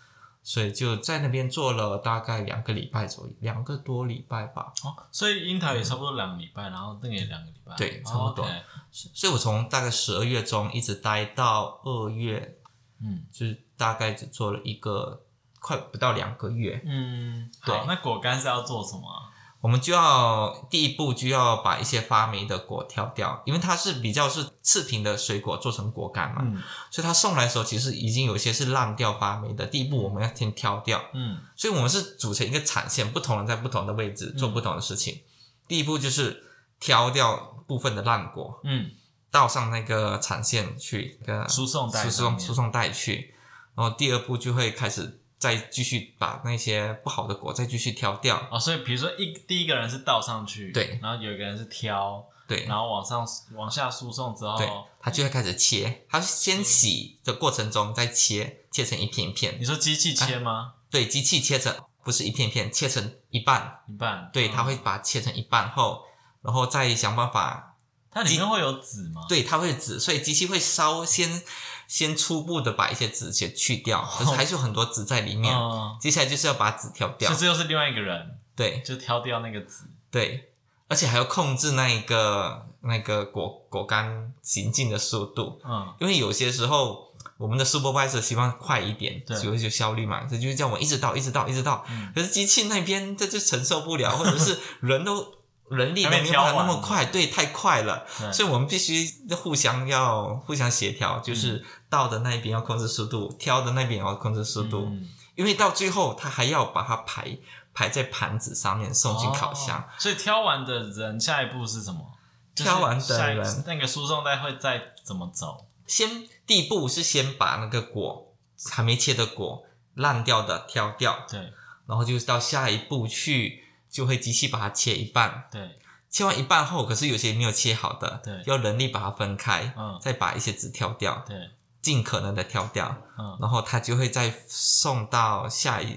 所以就在那边做了大概两个礼拜左右，两个多礼拜吧。
哦，所以樱桃也差不多两个礼拜，然后那个也两个礼拜，
对差不多
哦，OK
所以我从大概十二月中一直待到二月，
嗯
就是大概只做了一个快不到两个月。
嗯，
对
好，那果干是要做什么啊？
我们就要第一步就要把一些发霉的果挑掉，因为它是比较是次品的水果做成果干嘛，
嗯
所以它送来的时候其实已经有一些是烂掉发霉的。第一步我们要先挑掉，
嗯
所以我们是组成一个产线，不同人在不同的位置做不同的事情。第一步就是挑掉部分的烂果，
嗯，
倒上那个产线去，跟
输送带
输
上
送
面
输送带去。然后第二步就会开始再继续把那些不好的果再继续挑掉，
哦，所以比如说一第一个人是倒上去，
对
然后有一个人是挑，
对，
然后往上往下输送之
对
后，，
它就会开始切。它先洗的过程中再切，切成一片一片
你。说机器切吗？
对，机器切成不是一片一片，切成一半。
一半，
哎对，
嗯
它会把它切成一半后，然后再想办法
它里面会有籽吗？
对，它会紫，所以机器会稍先先初步的把一些籽先去掉，
哦
可是还是有很多籽在里面。
嗯，
接下来就是要把籽挑掉
所以，这又是另外一个人，
对
就挑掉那个籽，
对，而且还要控制那一个那个果果干行进的速度，
嗯
因为有些时候我们的 supervisor 希望快一点，
对
所以就效率嘛，所以就是叫我们一直倒，一直倒，一直倒。
嗯，
可是机器那边这就承受不了，或者是人都人力都
还没
没
挑
办法那
完
么快，对，太快了。
对
所以我们必须互相要互相协调，
嗯
就是到的那一边要控制速度，挑的那边也要控制速度，
嗯
因为到最后他还要把它排排在盘子上面送进烤箱。
哦所以挑完的人下一步是什么？就是
挑完的
下一
人
那个输送带会再怎么走？
先第一步是先把那个果还没切的果烂掉的挑掉，
对
然后就是到下一步去就会机器把它切一半，
对，
切完一半后，可是有些没有切好的，
对
要人力把它分开，
嗯
再把一些籽挑掉，
对，
尽可能的挑掉。
嗯
然后他就会再送到下一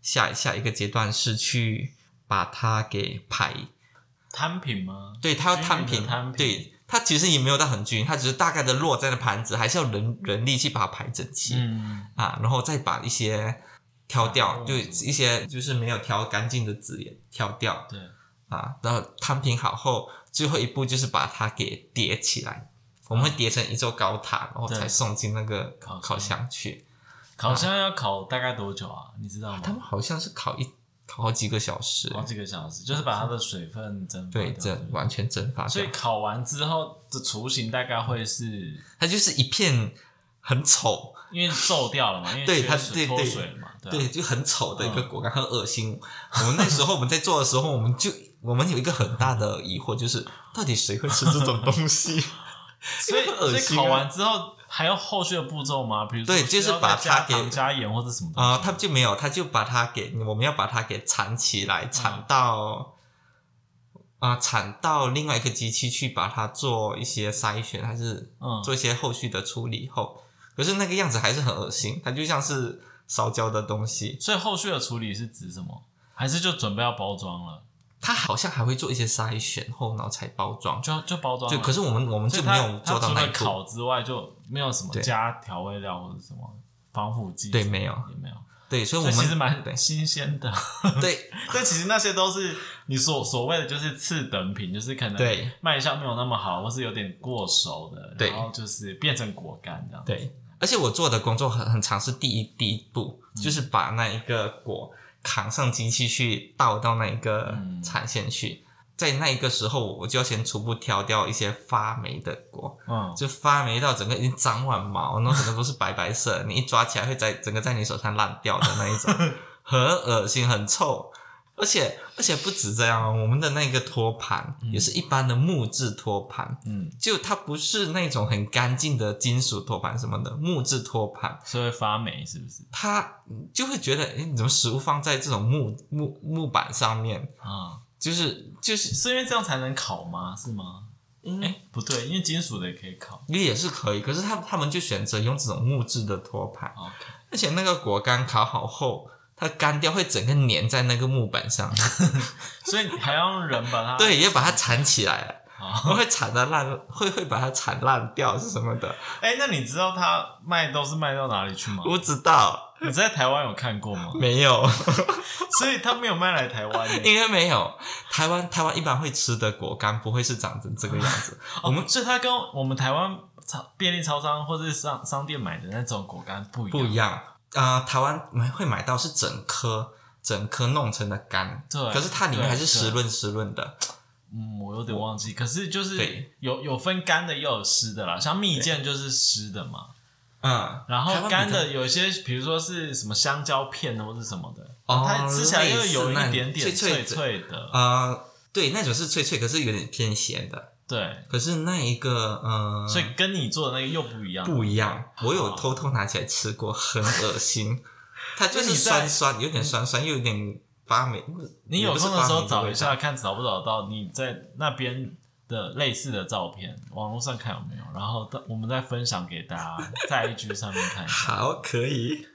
下下一个阶段是去把它给排，
摊品吗？
对，他要摊
均匀
平，
的摊平
对，他其实也没有到很均匀，他只是大概的落在那盘子，还是要人人力去把它排整齐、
嗯，
啊，然后再把一些挑
杂
掉，
物
就一些就是没有挑干净的籽也挑掉
对，
啊，然后摊平好后，最后一步就是把它给叠起来，我们会叠成一座高塔，然后
对
才送进那个
烤
啊
箱
烤箱去。
烤箱要烤大概多久啊？你知道
他们
吗？
好像是烤一烤好几个小时，
好几个小时，就是把它的水分蒸发
对，
掉
这完全蒸发
所
掉
以。烤完之后的雏形大概会是
它就是一片很丑，
因为皱 掉了嘛，因为
对
缺
它
水
对
脱
对
水嘛，
对，嗯
对啊
就很丑的一个果干，很恶心。我们那时候我们在做的时候，我们就我们有一个很大的疑惑，就是到底谁会吃这种东西？
所以
因为很恶
所以
心
烤
啊
完之后还有后续的步骤吗？比如说
对就是
需要再
把它
加糖
给
加盐或者什么东西
啊、他就没有，他就把它给我们要把它给缠起来，缠到、啊、产到另外一个机器去把它做一些筛选，还是
嗯，
做一些后续的处理后，可是那个样子还是很恶心，它就像是烧焦的东西。
所以后续的处理是指什么？还是就准备要包装了？
它好像还会做一些筛选后，然后才包装。
就就包装了？
就可是我们我们
所
就
以
没
它
有做到
它除
那一
了
步，
烤之外，就没有什么
对
加调味料或者什么防腐剂，
对，没有，
也没有。
对，所以我
这
们
其实
对
蛮新鲜的，
对
但其实那些都是你所所谓的就是次等品，就是可能
对
卖相没有那么好，或是有点过熟的，
对
然后就是变成果干这样。，
对，而且我做的工作很很尝试第一第一步，
嗯
就是把那一个果扛上机器去倒到那一个
嗯
产线去，在那一个时候我就要先初步挑掉一些发霉的果，
嗯，
就发霉到整个已经长满毛，然后整个都是白白色，你一抓起来会在整个在你手上烂掉的那一 种，很恶心，很臭。而且而且不止这样哦，我们的那个托盘、
嗯
也是一般的木质托盘，
嗯，
就它不是那种很干净的金属托盘什么的，木质托盘，
所以会发霉是不是？
它就会觉得，诶，你怎么食物放在这种木木木板上面？
啊、
就是就是，
是因为这样才能烤吗？是吗？
嗯
哎、不对，因为金属的也可以烤。
也是可以，可是他他们就选择用这种木质的托盘，
OK，
而且那个果干烤好后，它干掉会整个粘在那个木板上，
所以你还要用人把它 啊
对，也把它缠起来了，
好。
会缠的烂，会会把它缠烂掉是什么的，
哎、那你知道它卖都是卖到哪里去吗？
不知道，？
你在台湾有看过吗
没有。
所以它没有卖来台湾的、
应该没有。台湾台湾一般会吃的果干不会是长成这个样 子，我们
哦、所以它跟我们台湾超便利超商或者是商商店买的那种果干不一样。
不一样。啊、台湾会买到是整颗整颗弄成的干，
对
可是它里面还是
对
湿润湿润的。
嗯，我有点忘记，可是就是
对
有有分干的，也有湿的啦。像蜜饯就是湿的嘛，
嗯，台湾
然后
比较
干的有些，比如说是什么香蕉片或是什么的，
哦
它吃起来又有一
类似那
点点
脆哦脆的
脆的。
呃，对，那种是脆脆，可是有点偏咸的。
对，
可是那一个呃，
所以哦跟你做的那个又不一样。
不一样。我有
好
偷偷拿起来吃过，很恶 心。它就
那
是
你在
酸酸，有点酸酸，又有点发霉。
你
也
有
不是
空的时
发霉
候找
味
一
道
下，看找不找到你在那边的类似的照片，网络上看有没有，然后到我们再分享给大家，在 IG 上面看一下。
好，可以。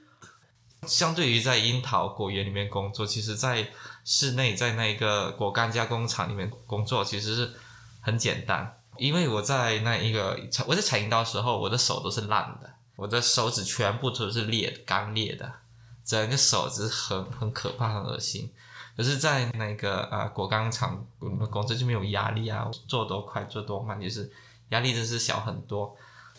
相对于在樱桃果园里面工作，其实，在室内，在那个果干加工厂里面工作，其实是很简单。因为我在那一个我在采樱桃的时候，我的手都是烂的，我的手指全部都是裂的，干裂的，整个手指很很可怕，很恶心。可是，在那个呃果干厂，我们工作就没有压力啊，做多快做多慢，就是压力真是小很多。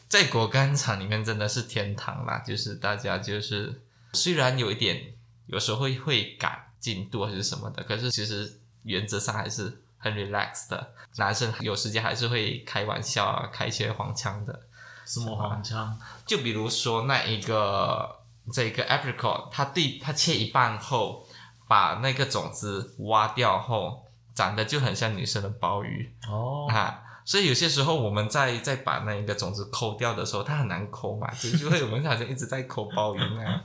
在果干厂里面真的是天堂啦，就是大家就是虽然有一点有时候会会赶进度还是什么的，可是其实原则上还是很 relax 的。男生有时间还是会开玩笑啊，开一些黄腔的。
什么黄腔？
就比如说那一个这个 apricot，它对它切一半后，把那个种子挖掉后，长得就很像女生的鲍鱼。
哦，
啊。所以有些时候我们在在把那一个种子抠掉的时候，它很难抠嘛，就就会我们好像一直在抠鲍鱼那样，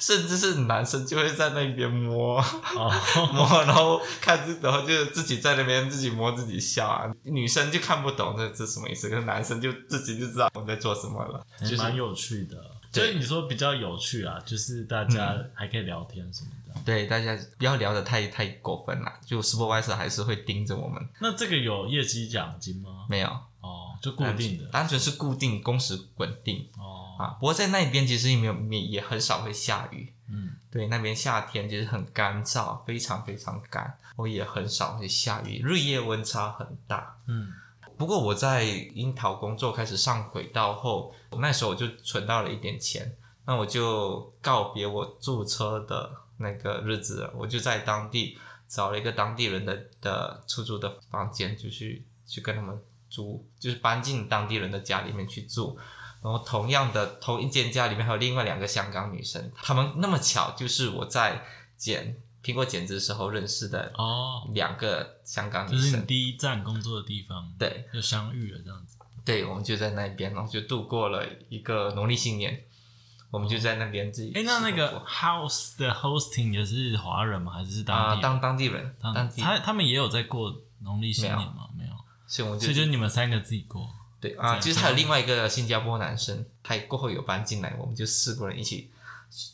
甚至是男生就会在那边摸
哦，
摸，然后看自，然后就自己在那边自己摸自己笑啊，女生就看不懂这这什么意思，可是男生就自己就知道我们在做什么了，
还哎蛮有趣的。所以你说比较有趣啊，就是大家还可以聊天什么的。
对大家不要聊得太太过分了，就 supervisor 还是会盯着我们，
那这个有业绩奖金吗？
没有
哦，就固定的
单纯是固定工时稳定
哦。
啊，不过在那边其实也没有也也很少会下雨，
嗯，
对，那边夏天就是很干燥，非常非常干，我也很少会下雨，日夜温差很大。
嗯，
不过我在樱桃工作开始上轨道后，那时候我就存到了一点钱，那我就告别我驻车的那个日子了，我就在当地找了一个当地人的的出租的房间，就去去跟他们租，就是搬进当地人的家里面去住。然后同样的，同一间家里面还有另外两个香港女生，她们那么巧就是我在剪苹果剪枝时候认识的
哦，
两个香港
这
女
是
生
你。第一站工作的地方，
对，
就相遇了这样子。
对，我们就在那边，然后就度过了一个农历新年，我们就在那边自己吃
哎，
火锅。
那那个 house 的 hosting 也是华人吗？还是
啊、
当地人？
当当地人，
当
当地
他他们也有在过农历新年吗？没有，
所以我
所
就
以就你们三个自己过。
对啊，
对
其实还有另外一个新加坡男生，他也过后有搬进来，我们就四个人一起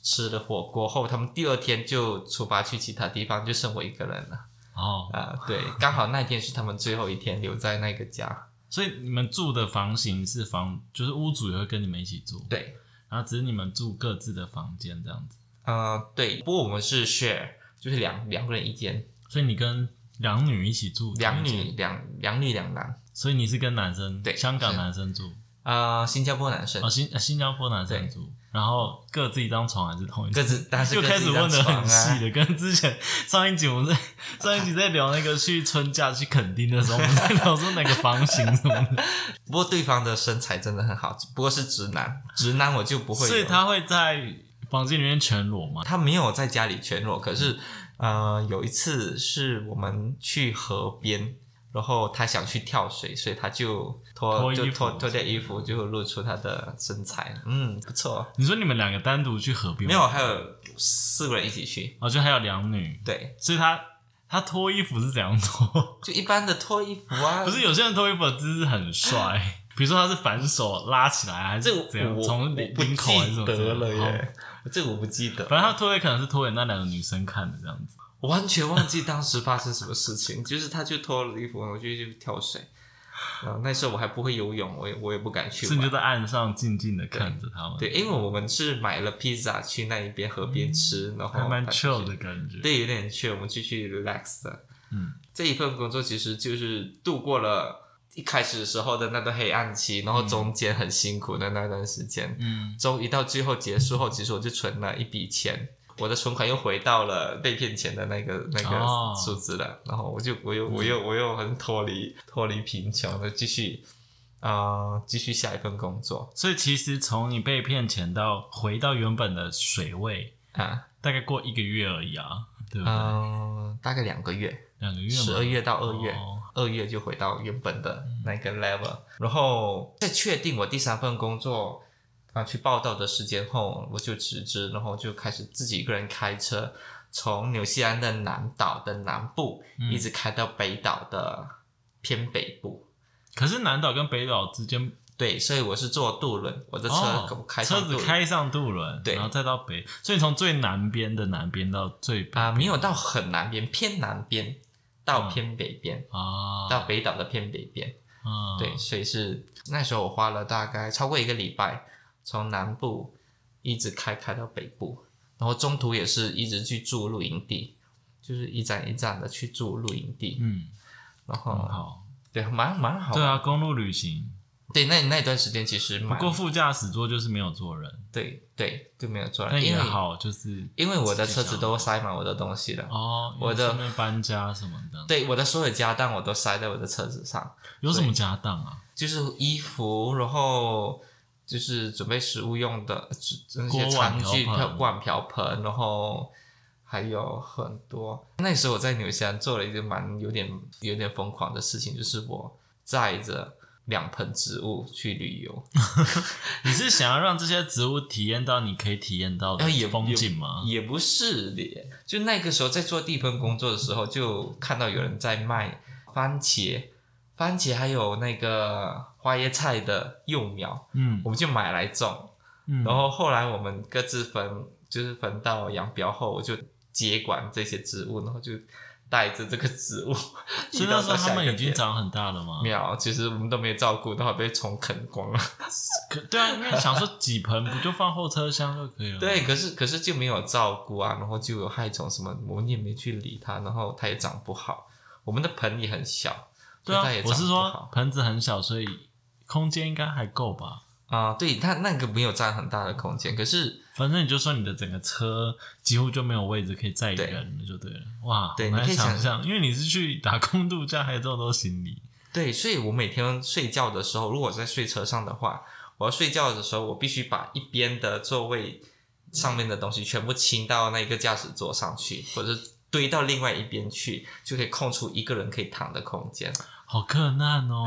吃了火锅后，他们第二天就出发去其他地方，就剩我一个人了
哦，
啊。对，刚好那天是他们最后一天留在那个家。
所以你们住的房型是房，就是屋主也会跟你们一起住，
对，
然后只是你们住各自的房间这样子。
呃，对，不过我们是 share，就是两两个人一间，
所以你跟两女一起住，
两女，两两女两男，
所以你是跟男生，
对
香港
是
男生住，
呃，新加坡男生
哦，新呃新加坡男生
对
住，然后各自一张床还是同一
各
张？
自，但是
就
各
开
自
始
一张
问的
床
很细
啊，
的，跟之前 上一集我们在上一集在聊那个去春假去垦丁的时候，我们在聊说哪个房型什么的，
不过对方的身材真的很好，只不过是直男，直男我就不会有。
所以他会在房间里面全裸吗？
他没有在家里全裸，可是呃，有一次是我们去河边，然后他想去跳水，所以他就脱
脱衣服
就脱脱掉衣服，就露出他的身材，嗯，不错。
你说你们两个单独去河边吗
没有，还有四个人一起去，
哦，就还有两女，
对，
所以他他脱衣服是怎样脱？
就一般的脱衣服啊，
不是有些人脱衣服的姿势很帅，比如说他是反手拉起来还
这
是怎
我
样，
我
从
我不
领口还是什
记
么之类
得
的？
了
好
耶，这个我不记得，
反正他脱衣可能是脱给那两个女生看的这样子。
我完全忘记当时发生什么事情， 就是他就脱了衣服，然后就去跳水。啊，那时候我还不会游泳，我也我也不敢去玩。
所以你就在岸上静静的看着他们，
对，，因为我们是买了披萨去那一边河边吃，然后
嗯还蛮
他就
chill
去
的，感觉。
哦对，有点 chill，我们就去 relax 的。
嗯，
这一份工作其实就是度过了一开始时候的那段黑暗期，然后中间很辛苦的那段时间，
嗯，
终于到最后结束后，其实我就存了一笔钱。我的存款又回到了被骗钱的那个那
哦嗯
个数字了然后我就我又我又我又很脱离脱离贫穷的继续啊、呃继续下一份工作
所以其实从你被骗前到回到原本的水位，
啊，
大概过一个月而已啊，对不对？
嗯，大概两个月，
两个月嘛，
十二月到二月，
哦
二、月就回到原本的那个 level，然后在确定我第三份工作啊去报道的时间后，我就辞职，然后就开始自己一个人开车，从纽西兰的南岛的南部、
嗯
一直开到北岛的偏北部。
可是南岛跟北岛之间，
对，所以我是坐渡轮，我的车、
哦，
开
车
上
子
渡轮
开上渡轮，
对
然后再到北，所以从最南边的南边到最北
啊、没有到很南边，偏南边到
嗯
偏北边，
啊，
到北岛的偏北边。
嗯
对，所以是那时候我花了大概超过一个礼拜，从南部一直开开到北部，然后中途也是一直去住露营地，就是一站一站的去住露营地，
嗯，
然
很
后
好，
对，蛮蛮好
对
的。
啊，公路旅行，
对，那那段时间其实
不
蛮
过副驾驶座就是没有坐人，
对对就没有做了，
但
因
也
为
好，就是
因为我的车子
自己想
都塞满我的东西了。
哦，
我的
顺便搬家什么的，
对，我的所有家当我都塞在我的车子上，
有什么家当啊？
就是衣服，然后就是准备食物用的只那些
锅碗
餐具、
瓢盆
瓢罐、瓢盆，然后还有很多。那时候我在纽西兰做了一个蛮有点有点疯狂的事情，就是我载着两盆植物去旅游，
你是想要让这些植物体验到你可以体验到的
呃也
风景吗？
也不是的。就那个时候在做地方工作的时候，就看到有人在卖番茄、番茄还有那个花椰菜的幼苗，
嗯
我们就买来种。
嗯，
然后后来我们各自分，就是分道扬镳后，我就接管这些植物，然后就带着这个植物
所
移
以那
到
时候
到
他
下
们
一个
已经
点。
长很大了吗
没？有，其实我们都没有照顾，都好被虫啃光了。
可对啊，因为想说几盆不就放后车厢就可以了？，
对，可是可是就没有照顾啊，然后就有害虫什么，我们也没去理它，然后它也长不好。我们的盆也很小，所
对
以它也
啊，
长
我是
不
说
好
盆子很小，所以空间应该还够吧？
啊、对，它那个没有占很大的空间，可是
反正你就说你的整个车几乎就没有位置可以载人了，就对了。哇，
对
很难
你可以想
想象，因为你是去打工度假，还有这么多行李，
对，所以我每天睡觉的时候，如果在睡车上的话，我要睡觉的时候，我必须把一边的座位上面的东西全部清到那个驾驶座上去，或者是堆到另外一边去，就可以空出一个人可以躺的空间。
好困难 哦！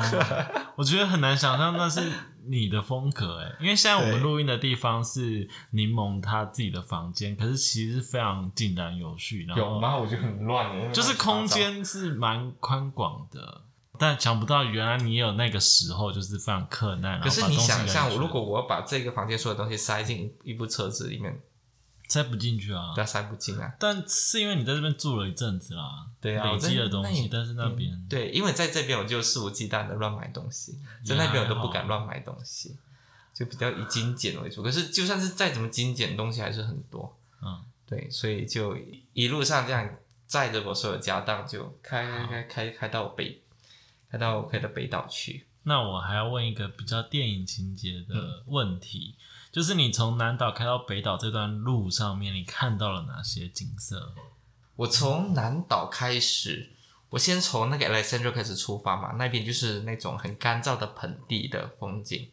我觉得很难想象那是你的风格哎，因为现在我们
对
录音的地方是柠檬他自己的房间，可是其实是非常井然有序，然后
吗？我就很乱
就是空。间是蛮宽广的，但想不到原来你有那个时候就是非常困难。
可是
然
你
后把东西
想象
感，觉
如果我要把这个房间所有东西塞进一一部车子里面，
塞不进去啊，
那塞不进啊。
但是因为你在这边住了一阵子啦，
对啊，
累
我在
积了东
那
西
里，
但是那边
对，因为在这边我就肆无忌惮的乱买东西，在
也
那边我
还
都不
好
敢乱买东西，就比较以精简为主。可是就算是再怎么精简，东西还是很多。
嗯，
对，所以就一路上这样载着我所有家当，就开开开开开到北，开到开到北岛去。
那我还要问一个比较电影情节
嗯
的问题，就是你从南岛开到北岛这段路上面，你看到了哪些景色？
我从南岛开始，我先从那个 Alexandria 开始出发嘛，那边就是那种很干燥的盆地的风景。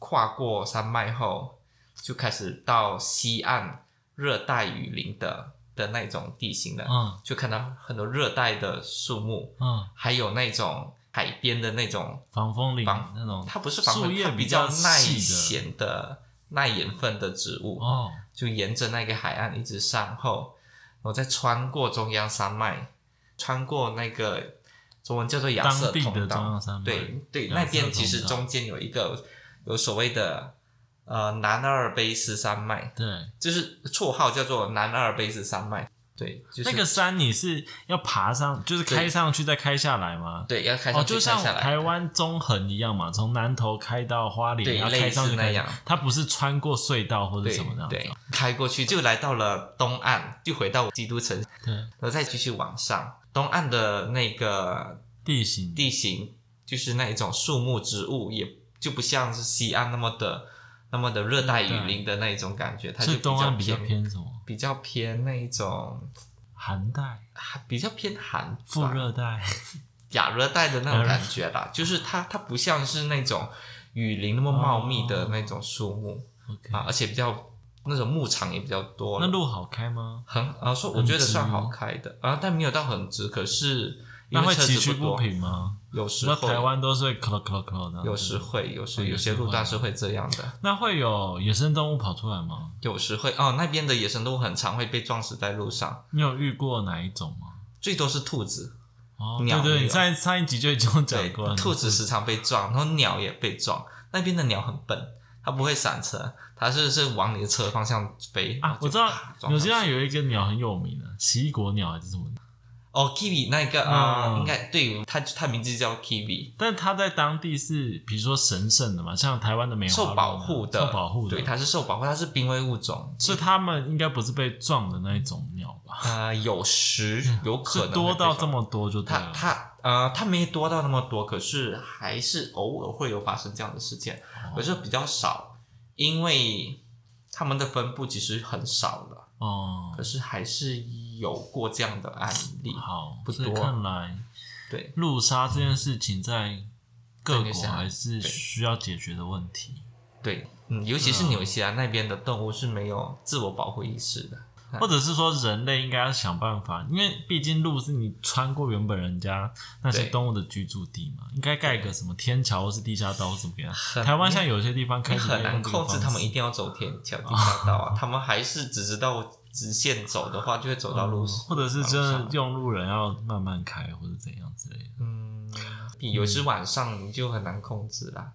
跨过山脉后，就开始到西岸热带雨林的的那种地形了，
嗯
就看到很多热带的树木，
嗯，
还有那种海边的那种，
防风林
防
那种，
它不是防
树
风，
叶
它
比
比
较
较耐
细的
咸的、耐盐分的植物。
哦，
就沿着那个海岸一直上后，我再穿过中央山脉，穿过那个中文叫做亚
当
瑟
地的
通
中
道。
央山脉，
对对，
亚
那
瑟
边
通
其实
道
中间有一个有所谓的呃南阿尔卑斯山脉，
对
就是绰号叫做南阿尔卑斯山脉。对，就是
那个山，你是要爬上，就是
对
开上去再开下来吗？
对要开
哦，
上去
就
开
像
下来，
台湾中横一样嘛，从南头开到花莲，
对
然后
类
开上
似
去
那
开
样
它不是穿过隧道或者
对
什么那样子
对
哦，
开过去就来到了东岸，就回到基督城，然
对，
后再继续往上。东岸的那个
地形啊
地形就是那一种树木植物，也就不像是西安那么的那么的热带雨林的那一种感觉，它就
所以东岸比较
较
偏什么？
比较偏那一种
寒带、
啊比较偏寒吧
副热呃带。
亚热带的那种感觉啦，就是它它不像是那种雨林那么茂密
哦
的那种树木、
OK，
啊，而且比较那种牧场也比较多了。
那路好开吗？
很啊，说我
很
觉得
直
算好
吗
开的啊，但没有到很直，可是因
那
为
会
车
崎
子
岖
不多，
平吗？
有时
那
候
台湾都是会 clo clo clo 的，
有时会，有时
啊哦有
有些
时
路
会
段是会这样的。
那会有野生动物跑出来吗？
有时会哦，那边的野生动物很常会被撞死在路上，
你有遇过哪一种吗？
最多是兔子，
哦，
鸟
对对，
没
你
有
上一上一集就已经有讲
对
过了，
兔子时常被撞，然后鸟也被撞。那边的鸟很笨，它不会闪车，它是是往你的车方向飞
啊，我知道纽
有
西
这样
兰有一个鸟很有名的，奇异果鸟还是什么？
哦，kiwi 那个啊、
嗯
应该对，它它名字叫 kiwi，
但它在当地是比如说神圣的嘛，像台湾的梅花鹿嘛
受保护的，
受保护的，
对，它是受保护，它是濒危物种。
所以他们应该不是被撞的那一种鸟吧？
啊，有时有可
嗯是
能
多
会被
到
撞
这么多就对
它
了。
它呃，它没多到那么多，可是还是偶尔会有发生这样的事件，
哦
可是比较少，因为他们的分布其实很少了，
哦
可，是还是有过这样的案例。
好，
不
所以
多
看来
对，
路杀这件事情在各
在纽
国
西兰
还是需要解决的问题。
对，嗯，尤其是纽西兰那边的动物是没有自我保护意识的。
或者是说，人类应该要想办法，因为毕竟路是你穿过原本人家那些
对
动物的居住地嘛，应该盖个什么天桥或是地下道或怎么样？
很
台湾像有些地方开
你
始
很
在
难
用这个
控制
方
他们
式
一定要走 天桥、地下道啊，他们还是只知道直线走的话，就会走到路
嗯
上，
或者是真
上
的用路人要慢慢开或者怎样之类的。
嗯，有时晚上你就很难控制啦，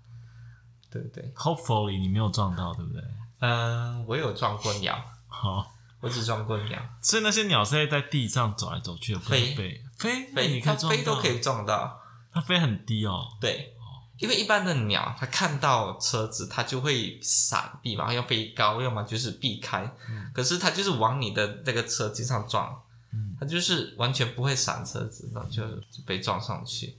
对不对？
Hopefully 你没有撞到，对不对？
嗯，我有撞过鸟，
好，
我只撞过鸟，
所以那些鸟是会在地上走来走去的，不是
飞
飞飞那
飞
你可
它
以撞
飞都
到啊
可以撞到，
它飞很低哦，
对，因为一般的鸟它看到车子它就会闪避嘛，要飞高，要么就是避开，可是它就是往你的那个车经上撞
嗯，
它就是完全不会闪车子，然后就就被撞上去，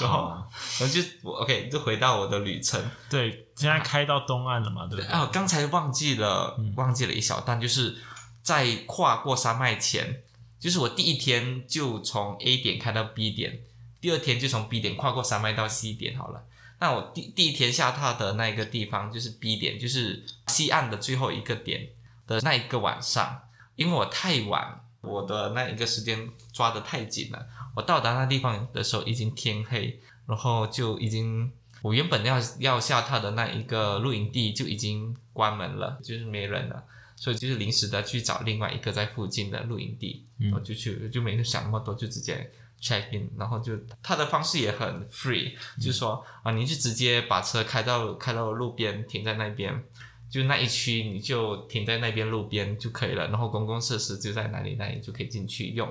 然后
好
然后就我 OK 就回到我的旅程，
对，现在开到东岸了嘛，对不对？
啊，我刚才忘记了
嗯，
忘记了一小段，就是在跨过山脉前，就是我第一天就从 A 点开到 B 点，第二天就从 B 点跨过山脉到 C 点好了。那我第第一天下榻的那一个地方就是 B 点，就是西岸的最后一个点的那一个晚上，因为我太晚我的那一个时间抓得太紧了，我到达那地方的时候已经天黑，然后就已经我原本要要下榻的那一个露营地就已经关门了，就是没人了。所以就是临时的去找另外一个在附近的露营地，
嗯
我就去，就没想那么多，就直接 check in，然后就他的方式也很 free，、就说啊，你就直接把车开到开到路边停在那边，就那一区你就停在那边路边就可以了，然后公共设施就在哪里哪里就可以进去用，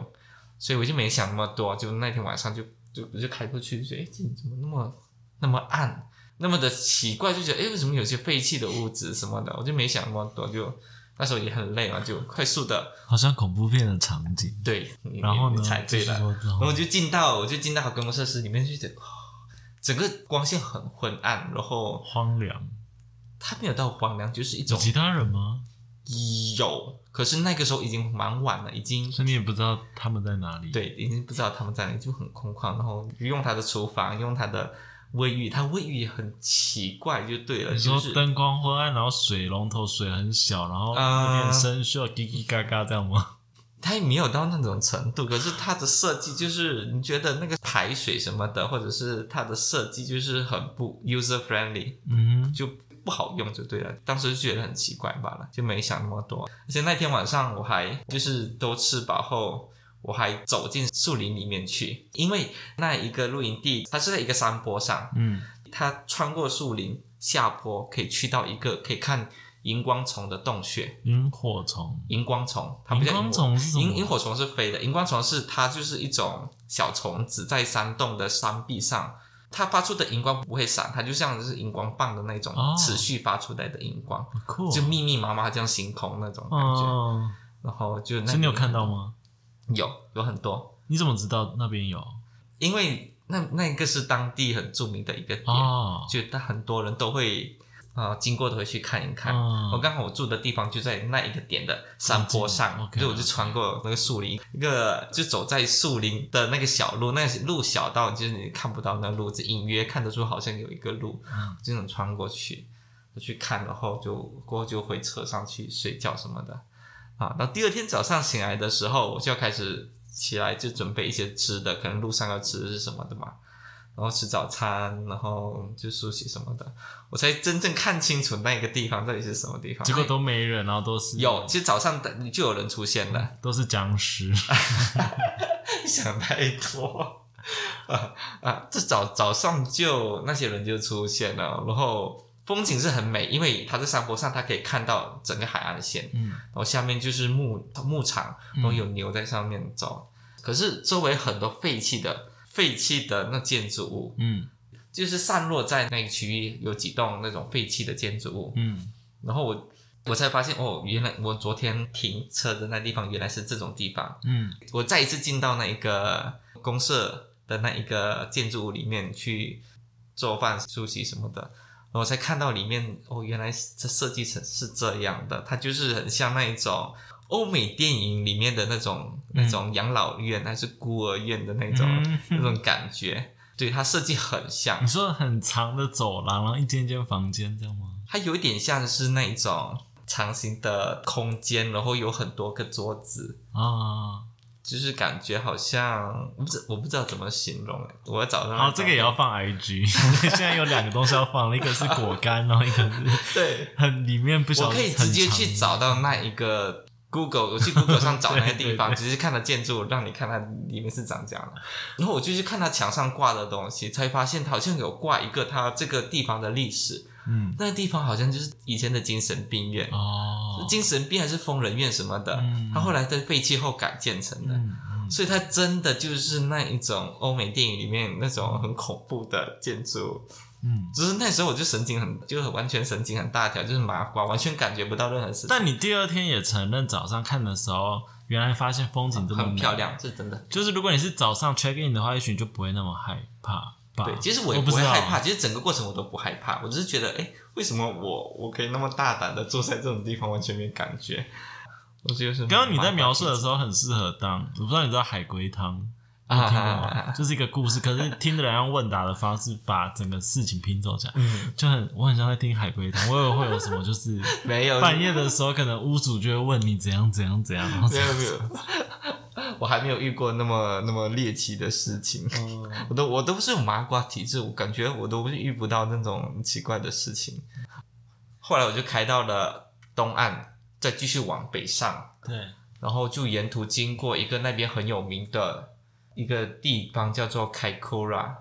所以我就没想那么多，就那天晚上就就我就开过去，就哎这怎么那么那么暗，那么的奇怪，就觉得哎为什么有些废弃的屋子什么的，我就没想那么多，就那时候也很累嘛，就快速的
好像恐怖片的场景。
对，你
然后
你
呢
你猜，
就
对
是
了，
说，然
然后
后
我就进到我就进到公共设施里面去，觉得哦哇整个光线很昏暗，然后
荒凉，
它没有到荒凉，就是一
有
种
其他人吗？
有，可是那个时候已经蛮晚了，已经
所以你也不知道他们在哪里。，
对，已经不知道他们在哪里，就很空旷。然后用他的厨房，用他的卫浴，他卫浴也很奇怪，就对了，
你
就
说
是
灯光昏暗，然后水龙头水很小，然后
啊
有点生锈，叽叽嘎嘎这样吗？
它也没有到那种程度，可是它的设计就是你觉得那个排水什么的，或者是它的设计就是很不 user friendly，
嗯，
就不好用就对了。当时就觉得很奇怪罢了，就没想那么多。而且那天晚上我还就是都吃饱后。我还走进树林里面去，因为那一个露营地，它是在一个山坡上，
嗯，
它穿过树林下坡，可以去到一个可以看荧光虫的洞穴。
萤火虫，
荧光虫，它不
荧
叫
光
火
虫是什
萤萤
么？啊
火虫是飞的，荧光虫是它就是一种小虫子，在山洞的山壁上，它发出的荧光不会闪，它就像是荧光棒的那种
哦
持续发出来的荧光，
好酷哦，
就密密麻麻这样星空那种感觉。
嗯，
然后就那
所以你有
里
看到？吗？
有有很多，
你怎么知道那边有？
因为那那个是当地很著名的一个点，
哦，
就但很多人都会呃经过都会去看一看。我
嗯，
刚好我住的地方就在那一个点的山坡上，
附近
所以我
OK，
就穿过那个树林，一个就走在树林的那个小路，那个路小到就是你看不到那路，只隐约看得出好像有一个路，
嗯
就能穿过去，就去看，然后就过后就回车上去睡觉什么的啊。然后第二天早上醒来的时候，我就要开始起来就准备一些吃的，可能路上要吃的是什么的嘛。然后吃早餐，然后就梳洗什么的，我才真正看清楚那个地方到底是什么地方。哎
结果都没人，然后都是
有，其实早上的就有人出现了，
都是僵尸，
想太多。啊啊！这早早上就那些人就出现了，然后风景是很美，因为它在山坡上，它可以看到整个海岸线，
嗯，
然后下面就是牧牧场，然后有牛在上面走。可是周围很多废弃的废弃的那建筑物，
嗯
就是散落在那个区域有几栋那种废弃的建筑物，
嗯，
然后我我才发现哦，原来我昨天停车的那地方原来是这种地方。
嗯
我再一次进到那一个公社的那一个建筑物里面去做饭、梳洗什么的，然后才看到里面哦，原来是这设计成是这样的，它就是很像那一种欧美电影里面的那种
嗯
那种养老院还是孤儿院的那种、那
嗯，
种感觉。对，它设计很像
你，说很长的走廊，然后一间间房间这样吗？
它有一点像是那一种长形的空间，然后有很多个桌子，
啊，
就是感觉好像我不知我不知道怎么形容哎，我要找到那
哦好，这个也要放 IG。现 在有两个东西要放，一个是果干，然后一个是
对，
很里面不小
我
心
可以直接去找到那一个 Google，我去 Google 上 找那个地
对
方，只是看它建筑，让你看它里面是长这样的。然后我就去看它墙上挂的东西，才发现它好像有挂一个它这个地方的历史，
嗯
那个地方好像就是以前的精神病院。
哦，
精神病还是疯人院什么的，
嗯
它后来在废弃后改建成的，
嗯嗯
所以它真的就是那一种欧美电影里面那种很恐怖的建筑，
嗯。
就是那时候我就神经很，就是完全神经很大条，就是麻瓜，完全感觉不到任何事情。
但你第二天也承认，早上看的时候，原来发现风景这么
很
美
漂。亮，是真的。
就是如果你是早上 check in 的话，也许你就不会那么害怕吧。
对，其实我也
啊我
不
不
会
知道啊
害怕，其实整个过程我都不害怕，我只是觉得，哎，为什么我我可以那么大胆的坐在这种地方，完全没感觉？我就是
刚刚你在
蛮
描述的时候很适合当，我不知道你知道海龟汤，我听不
啊
懂，就是一个故事。可是听的人用问答的方式把整个事情拼凑起来，
嗯，
就很我很像在听海龟汤。我以为会有什么，就是
没有，
半夜的时候，可能屋主就会问你怎样怎 样怎样，然后
没有没有，我还没有遇过那么那么猎奇的事情。我都我都是有麻瓜体质，我感觉我都遇不到那种奇怪的事情。后来我就开到了东岸，再继续往北上，
对，
然后就沿途经过一个那边很有名的一个地方，叫做凯库拉，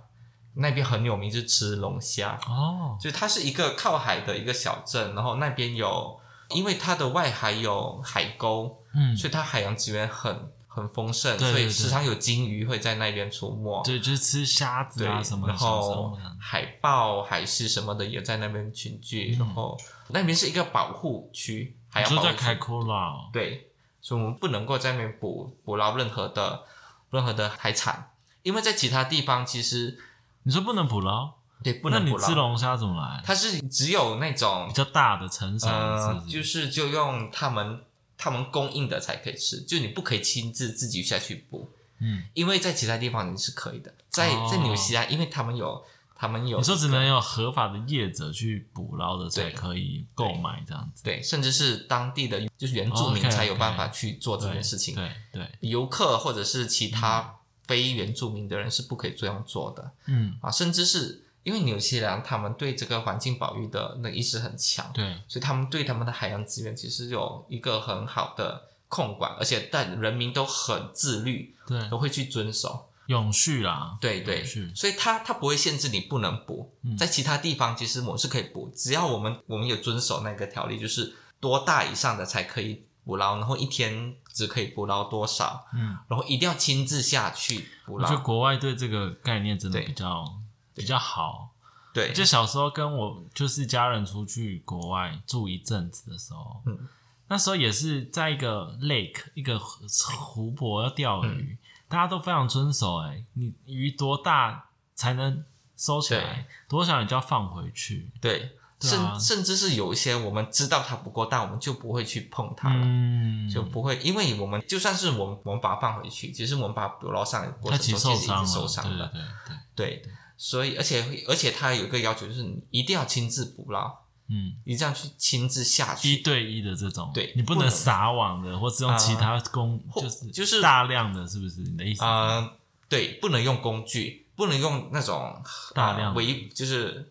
那边很有名，是吃龙虾。
哦，
就它是一个靠海的一个小镇，然后那边有，因为它的外海有海沟，
嗯，
所以它海洋资源很很丰盛，
对对
所以
对
时常有金鱼会在那边出没。
对，就是吃虾子
对，
啊什么的，
然
小时候
后
我想
海豹、海狮什么的也在那边群聚，然后那边是一个保护区，海
嗯
洋
你说
保护
在
区
开库啦，
对，所以我们不能够在那边捕捕捞任何的任何的海产，因为在其他地方其实
你说不能捕捞，
对不
那
能
你
捕
吃
捞，
龙虾怎么来？
它是只有那种
比较大的成熟的，
呃
是，不
就是是就用他们他们供应的才可以吃，就你不可以亲自自己下去捕，
嗯，
因为在其他地方你是可以的，在、在
哦
纽西兰，因为他们有他们有
你说只能有合法的业者去捕捞的才
对
可以购买这样子，
对，甚至是当地的就是原住民
OK，OK
才有办法去做这
哦对
件事情，
对嗯对，
游客或者是其他非原住民的人是不可以这样做的
嗯，
啊，甚至是因为纽西兰他们对这个环境保育的那意识很强，
对，
所以他们对他们的海洋资源其实有一个很好的控管，而且但人民都很自律，
对，
都会去遵守。
永续啦，
对
永
对，
续，
所以它它不会限制你不能捕，
嗯
在其他地方其实我们是可以捕，只要我们我们有遵守那个条例，就是多大以上的才可以捕捞，然后一天只可以捕捞多少，
嗯，
然后一定要亲自下去捕
我觉得
捞。
国外对这个概念真的
对
比较比较好。
对，
就小时候跟我就是家人出去国外住一阵子的时候，
嗯
那时候也是在一个 lake 一个湖湖泊要
嗯
钓鱼，大家都非常遵守、欸。哎，你鱼多大才能收起来？多小你就要放回去。
对，
对啊
甚甚至是有一些我们知道它不够大，我们就不会去碰它了。
嗯，
就不会，因为我们就算是我们我们把它放回去，其实我们把它捕捞上来的过
他
程
其
中，
实
其实已
受伤
经
了，
受伤
对
了。
对对，
对，所以而且会而且它有一个要求，就是你一定要亲自捕捞，
嗯，
你这样去亲自下
一
去，
对一的这种，
对
你
不
不能
能啊
撒网的，或是用其他工，
或
是就
就是
大量的，是不是你的意思？
啊、对，不能用工具，不能用那种
大
呃
量的
违就是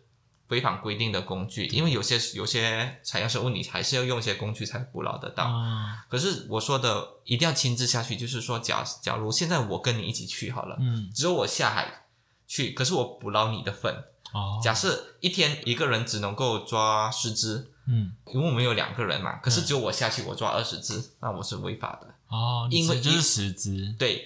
违反规定的工具，因为有些有些采样生物你还是要用一些工具才捕捞得到。
啊，
可是我说的一定要亲自下去，就是说假假如现在我跟你一起去好了，
嗯，
只有我下海去，可是我捕捞你的份。
哦，
假设一天一个人只能够抓十只，
嗯，
因为我们有两个人嘛，可是
嗯
只有我下去我抓二十只，那我是违法的。
哦，你
因为
吃就
一
是十只，
对，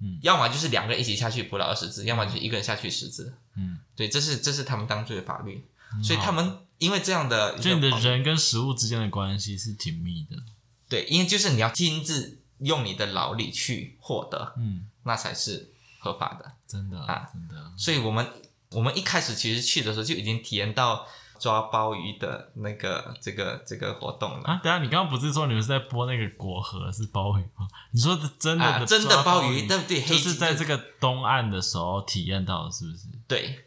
嗯
要么就是两个人一起下去捕捞二十只，要么就是一个人下去十只。
嗯，
对，这是这是他们当地的法律，
嗯
所以他们因为这样的，
就你的人跟食物之间的关系是紧密的，
对，因为就是你要亲自用你的劳力去获得，
嗯，
那才是合法的。
真的
啊
真的，
所以我们我们一开始其实去的时候就已经体验到抓鲍鱼的那个这个这个活动了。
啊，等一下你刚刚不是说你们是在播那个果核是鲍鱼吗？你说的真的、
啊，真
的
的
抓
鲍
鱼，
鱼，对不对？
就
黑
是
金
在这个东岸的时候体验到的，是不是？
对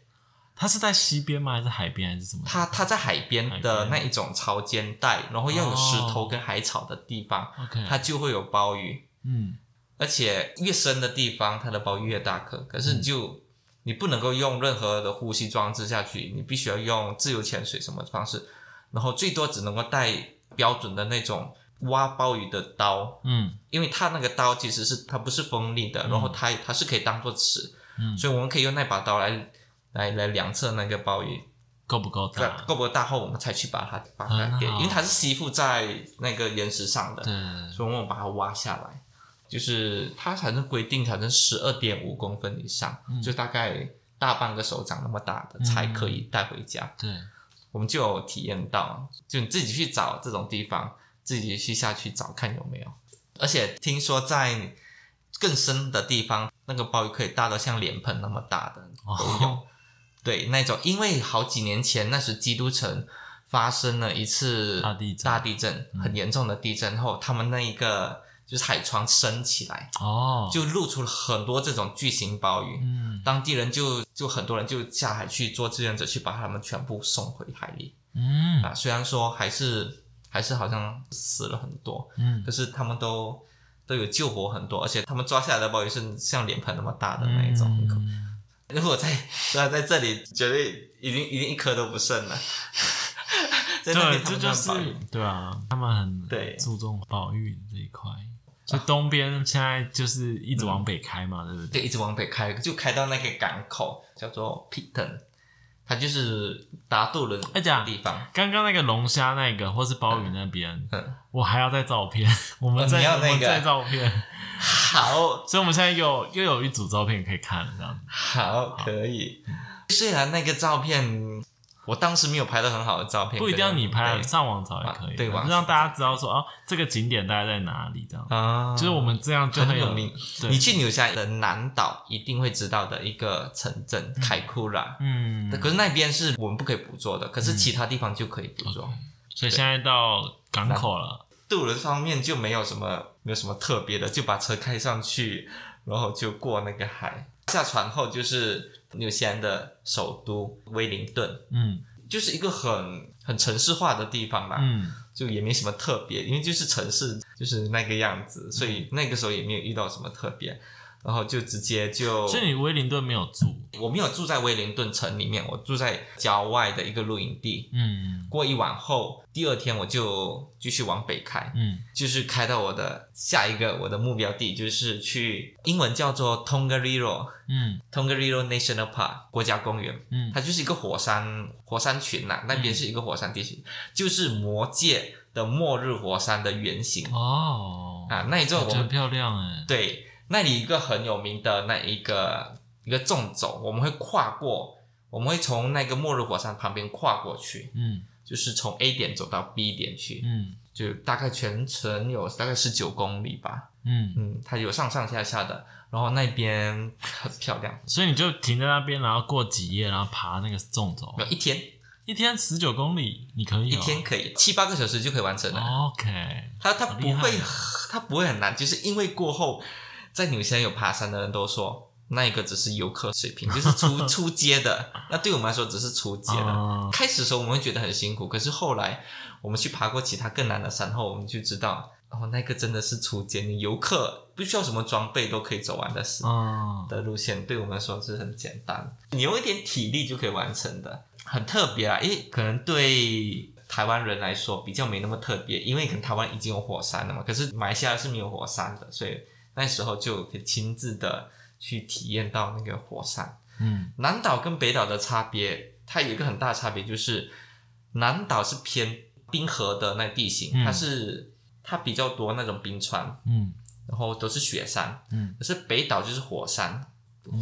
它是在西边吗？还是海边还是什么？
它它在海边
海
的
边哦
那一种潮间带，然后要有石头跟海草的地方，
OK，
它就会有鲍鱼，
嗯
而且越深的地方，它的鲍鱼越大颗。可是你就、你不能够用任何的呼吸装置下去，你必须要用自由潜水什么方式，然后最多只能够带标准的那种挖鲍鱼的刀，
嗯
因为它那个刀其实是它不是锋利的，
嗯
然后它它是可以当做尺，
嗯，
所以我们可以用那把刀来来来量测那个鲍鱼
够不够大？
够不够大后，我们才去把它把
很好
它给，因为它是吸附在那个岩石上的，
对，
所以我们把它挖下来，就是它反正规定好像十二点五公分以上，
嗯
就大概大半个手掌那么大的才可以带回家，
对，
我们就有体验到，就你自己去找这种地方，自己去下去找看有没有。而且听说在更深的地方，那个鲍鱼可以大到像脸盆那么大的都有。
哦，
对，那种因为好几年前那时基督城发生了一次
大地震
大地震
嗯
很严重的地震后，他们那一个就是海床升起来，
哦，
就露出了很多这种巨型鲍鱼。
嗯
当地人就就很多人就下海去做志愿者，去把它们全部送回海里
嗯
啊。虽然说还是还是好像死了很多，
嗯
可是他们都都有救活很多，而且他们抓下来的鲍鱼是像脸盆那么大的那一种，很可
嗯
如果在在在这里，绝对已经已经一颗都不剩了。 在那
对，
边他
这
们
就
乱摆
是对啊，他们很
对
注重保育这一块。所以东边现在就是一直往北开嘛，对不对？
对，一直往北开，就开到那个港口，叫做 Piton，它就是达杜伦
哎讲
的地方。
刚刚那个龙虾那个，或是鲍鱼那边，
嗯，
我还要再照片，我们
哦
再
你要
我们
那个
再照片，
好
所以我们现在有又有一组照片可以看了，这样子。
好可以。虽然那个照片，我当时没有拍的很好的照片，
不一定要你拍，啊
可是
上网找也可以，
啊对网上
让大家知道说哦，这个景点大概在哪里，这样。
啊，
就是我们这样就
很
会有
有名。
对
你去纽西兰的南岛一定会知道的一个城镇凯库拉，
嗯，
可是那边是我们不可以捕捉的，可是其他地方就可以捕捉。
所以现在到港口了。
渡轮方面就没有什么没有什么特别的，就把车开上去，然后就过那个海。下船后就是纽西兰的首都威灵顿，
嗯
就是一个很很城市化的地方啦，
嗯，
就也没什么特别，因为就是城市就是那个样子，所
嗯
以那个时候也没有遇到什么特别。然后就直接就，
所以你威灵顿没有住，
我没有住在威灵顿城里面，我住在郊外的一个露营地。
嗯
过一晚后，第二天我就继续往北开，
嗯
就是开到我的下一个我的目标地，就是去英文叫做 Tongariro
嗯
Tongariro National Park 国家公园，
嗯
它就是一个火山火山群呐、那边是一个火山地形，就是魔界的末日火山的原型
哦，
啊。那一座
我
我
觉得
们
漂亮哎，
对那里一个很有名的那一个一个纵走，我们会跨过，我们会从那个末日火山旁边跨过去，
嗯
就是从 A 点走到 B 点去，
嗯
就大概全程有大概十九公里吧。
嗯，
嗯，它有上上下下的，然后那边很漂亮，
所以你就停在那边，然后过几夜，然后爬那个纵走
没，有一天
一天十九公里，你可以
一
哦
天可以七八个小时就可以完啊成了。
，OK，
它它
好
不
厉害
会
啊
它不会很难，就是因为过后在纽西兰有爬山的人都说那一个只是游客水平，就是 初初阶的，那对我们来说只是初阶的。
啊
开始的时候我们会觉得很辛苦，可是后来我们去爬过其他更难的山后，我们就知道哦，那个真的是初阶，你游客不需要什么装备都可以走完的事。
啊，
的路线，对我们来说是很简单，你用一点体力就可以完成的，很特别啊。因为可能对台湾人来说比较没那么特别，因为可能台湾已经有火山了嘛，可是马来西亚是没有火山的，所以那时候就可以亲自的去体验到那个火山。
嗯
南岛跟北岛的差别，它有一个很大的差别就是，南岛是偏冰河的那地形，
嗯
它是它比较多那种冰川，
嗯
然后都是雪山，
嗯
可是北岛就是火山，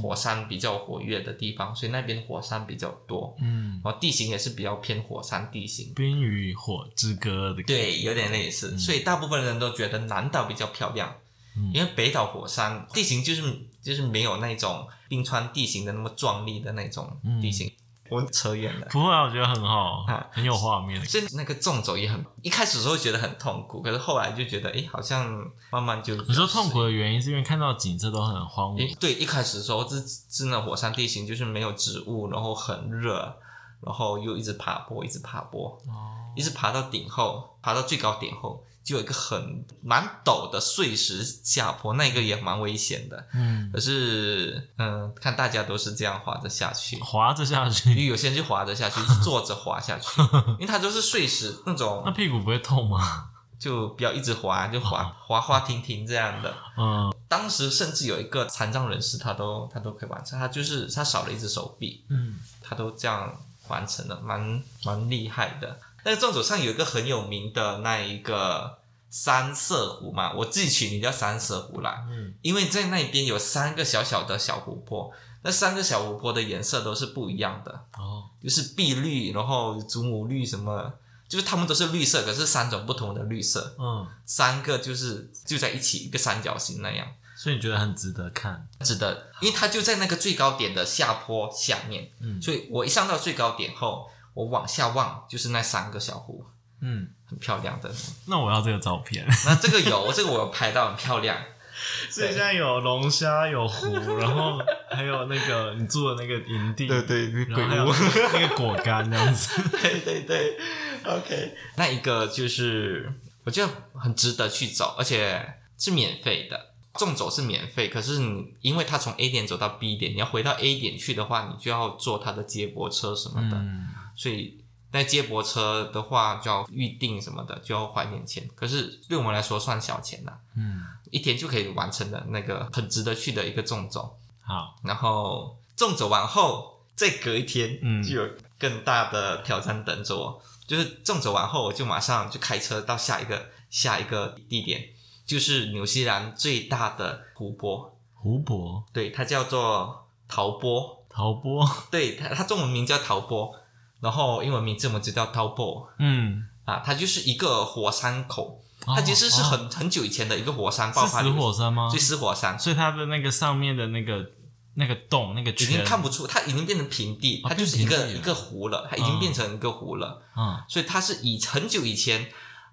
火山比较活跃的地方，所以那边火山比较多，
嗯，
然后地形也是比较偏火山地形。嗯
冰与火之歌的，
对，有点类似，所以大部分人都觉得南岛比较漂亮，
嗯
因为北岛火山地形就是就是没有那种冰川地形的那么壮丽的那种地形。我扯远了。
不会啊，我觉得很好
啊，
很有画面，
所以那个纵走也很，一开始的时候觉得很痛苦，可是后来就觉得，诶，好像慢慢就
你说痛苦的原因是因为看到景色都很荒
诶
芜，
对，一开始的时候是真的火山地形，就是没有植物，然后很热，然后又一直爬坡，一直爬坡，
哦
一直爬到顶后，爬到最高点后，就有一个很蛮陡的碎石下坡，那个也蛮危险的。
嗯
可，是，嗯，看大家都是这样滑着下去，
滑着下
因
去，
为有些人就滑着下去，是坐着滑下去，因为它就是碎石那
那
种，
屁股不会痛吗？
就不要一直滑，就滑滑滑停停这样的。
嗯
当时甚至有一个残障人士，他都他都可以完成，他就是他少了一只手臂，
嗯
他都这样完成了，蛮蛮厉害的。那个纵走上有一个很有名的那一个三色湖嘛，我自己取名叫三色湖啦，
嗯
因为在那边有三个小小的小湖泊，那三个小湖泊的颜色都是不一样的，
哦
就是碧绿，然后祖母绿什么，就是它们都是绿色，可是三种不同的绿色，
嗯，
三个就是就在一起一个三角形那样。
所以你觉得很值得看？
值得，因为它就在那个最高点的下坡下面，
嗯
所以我一上到最高点后，我往下望就是那三个小湖，
嗯，
很漂亮的。
那我要这个照片。
那这个有，这个我有拍到，很漂亮。
所以现在有龙虾，有湖，然后还有那个你住的那个营地，
对，
然后还有那个果干这样子。
对对对，OK。那一个就是我觉得很值得去走，而且是免费的。纵走是免费，可是你因为它从 A 点走到 B 点，你要回到 A 点去的话，你就要坐它的接驳车什么的，
嗯，
所以那接驳车的话就要预定什么的，就要花一点钱。可是对我们来说算小钱啦，
嗯，
一天就可以完成的那个很值得去的一个纵走。
好，
然后纵走完后，再隔一天，
嗯
就有更大的挑战等着我。就是纵走完后，我就马上就开车到下一个下一个地点，就是纽西兰最大的湖泊，
湖泊、
对，它叫做陶波，
陶波，
对，它它中文名叫陶波，然后英文名字我们就叫 Taupo
嗯，
啊，它就是一个火山口，
哦
它其实是
哦
很、很久以前的一个火山爆
是
发
死
的，
火山吗？
对，死火山，
所以它的那个上面的那个那个洞那个
已
圈，
经看不出，它已经变成平地，
哦
它就是一
变
个
平地了哦
一个湖了，它已经变成一个湖了，
嗯
所以它是以很久以前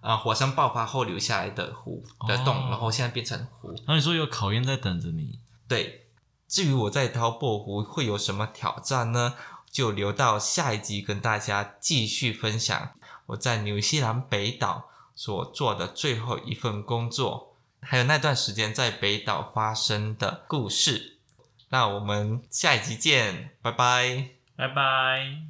啊、呃火山爆发后留下来的湖的洞，
哦
然后现在变成湖。
那你说有考验在等着你，
对，至于我在滔泊湖会有什么挑战呢？就留到下一集跟大家继续分享我在纽西兰北岛所做的最后一份工作，还有那段时间在北岛发生的故事。那我们下一集见，拜拜。
拜拜。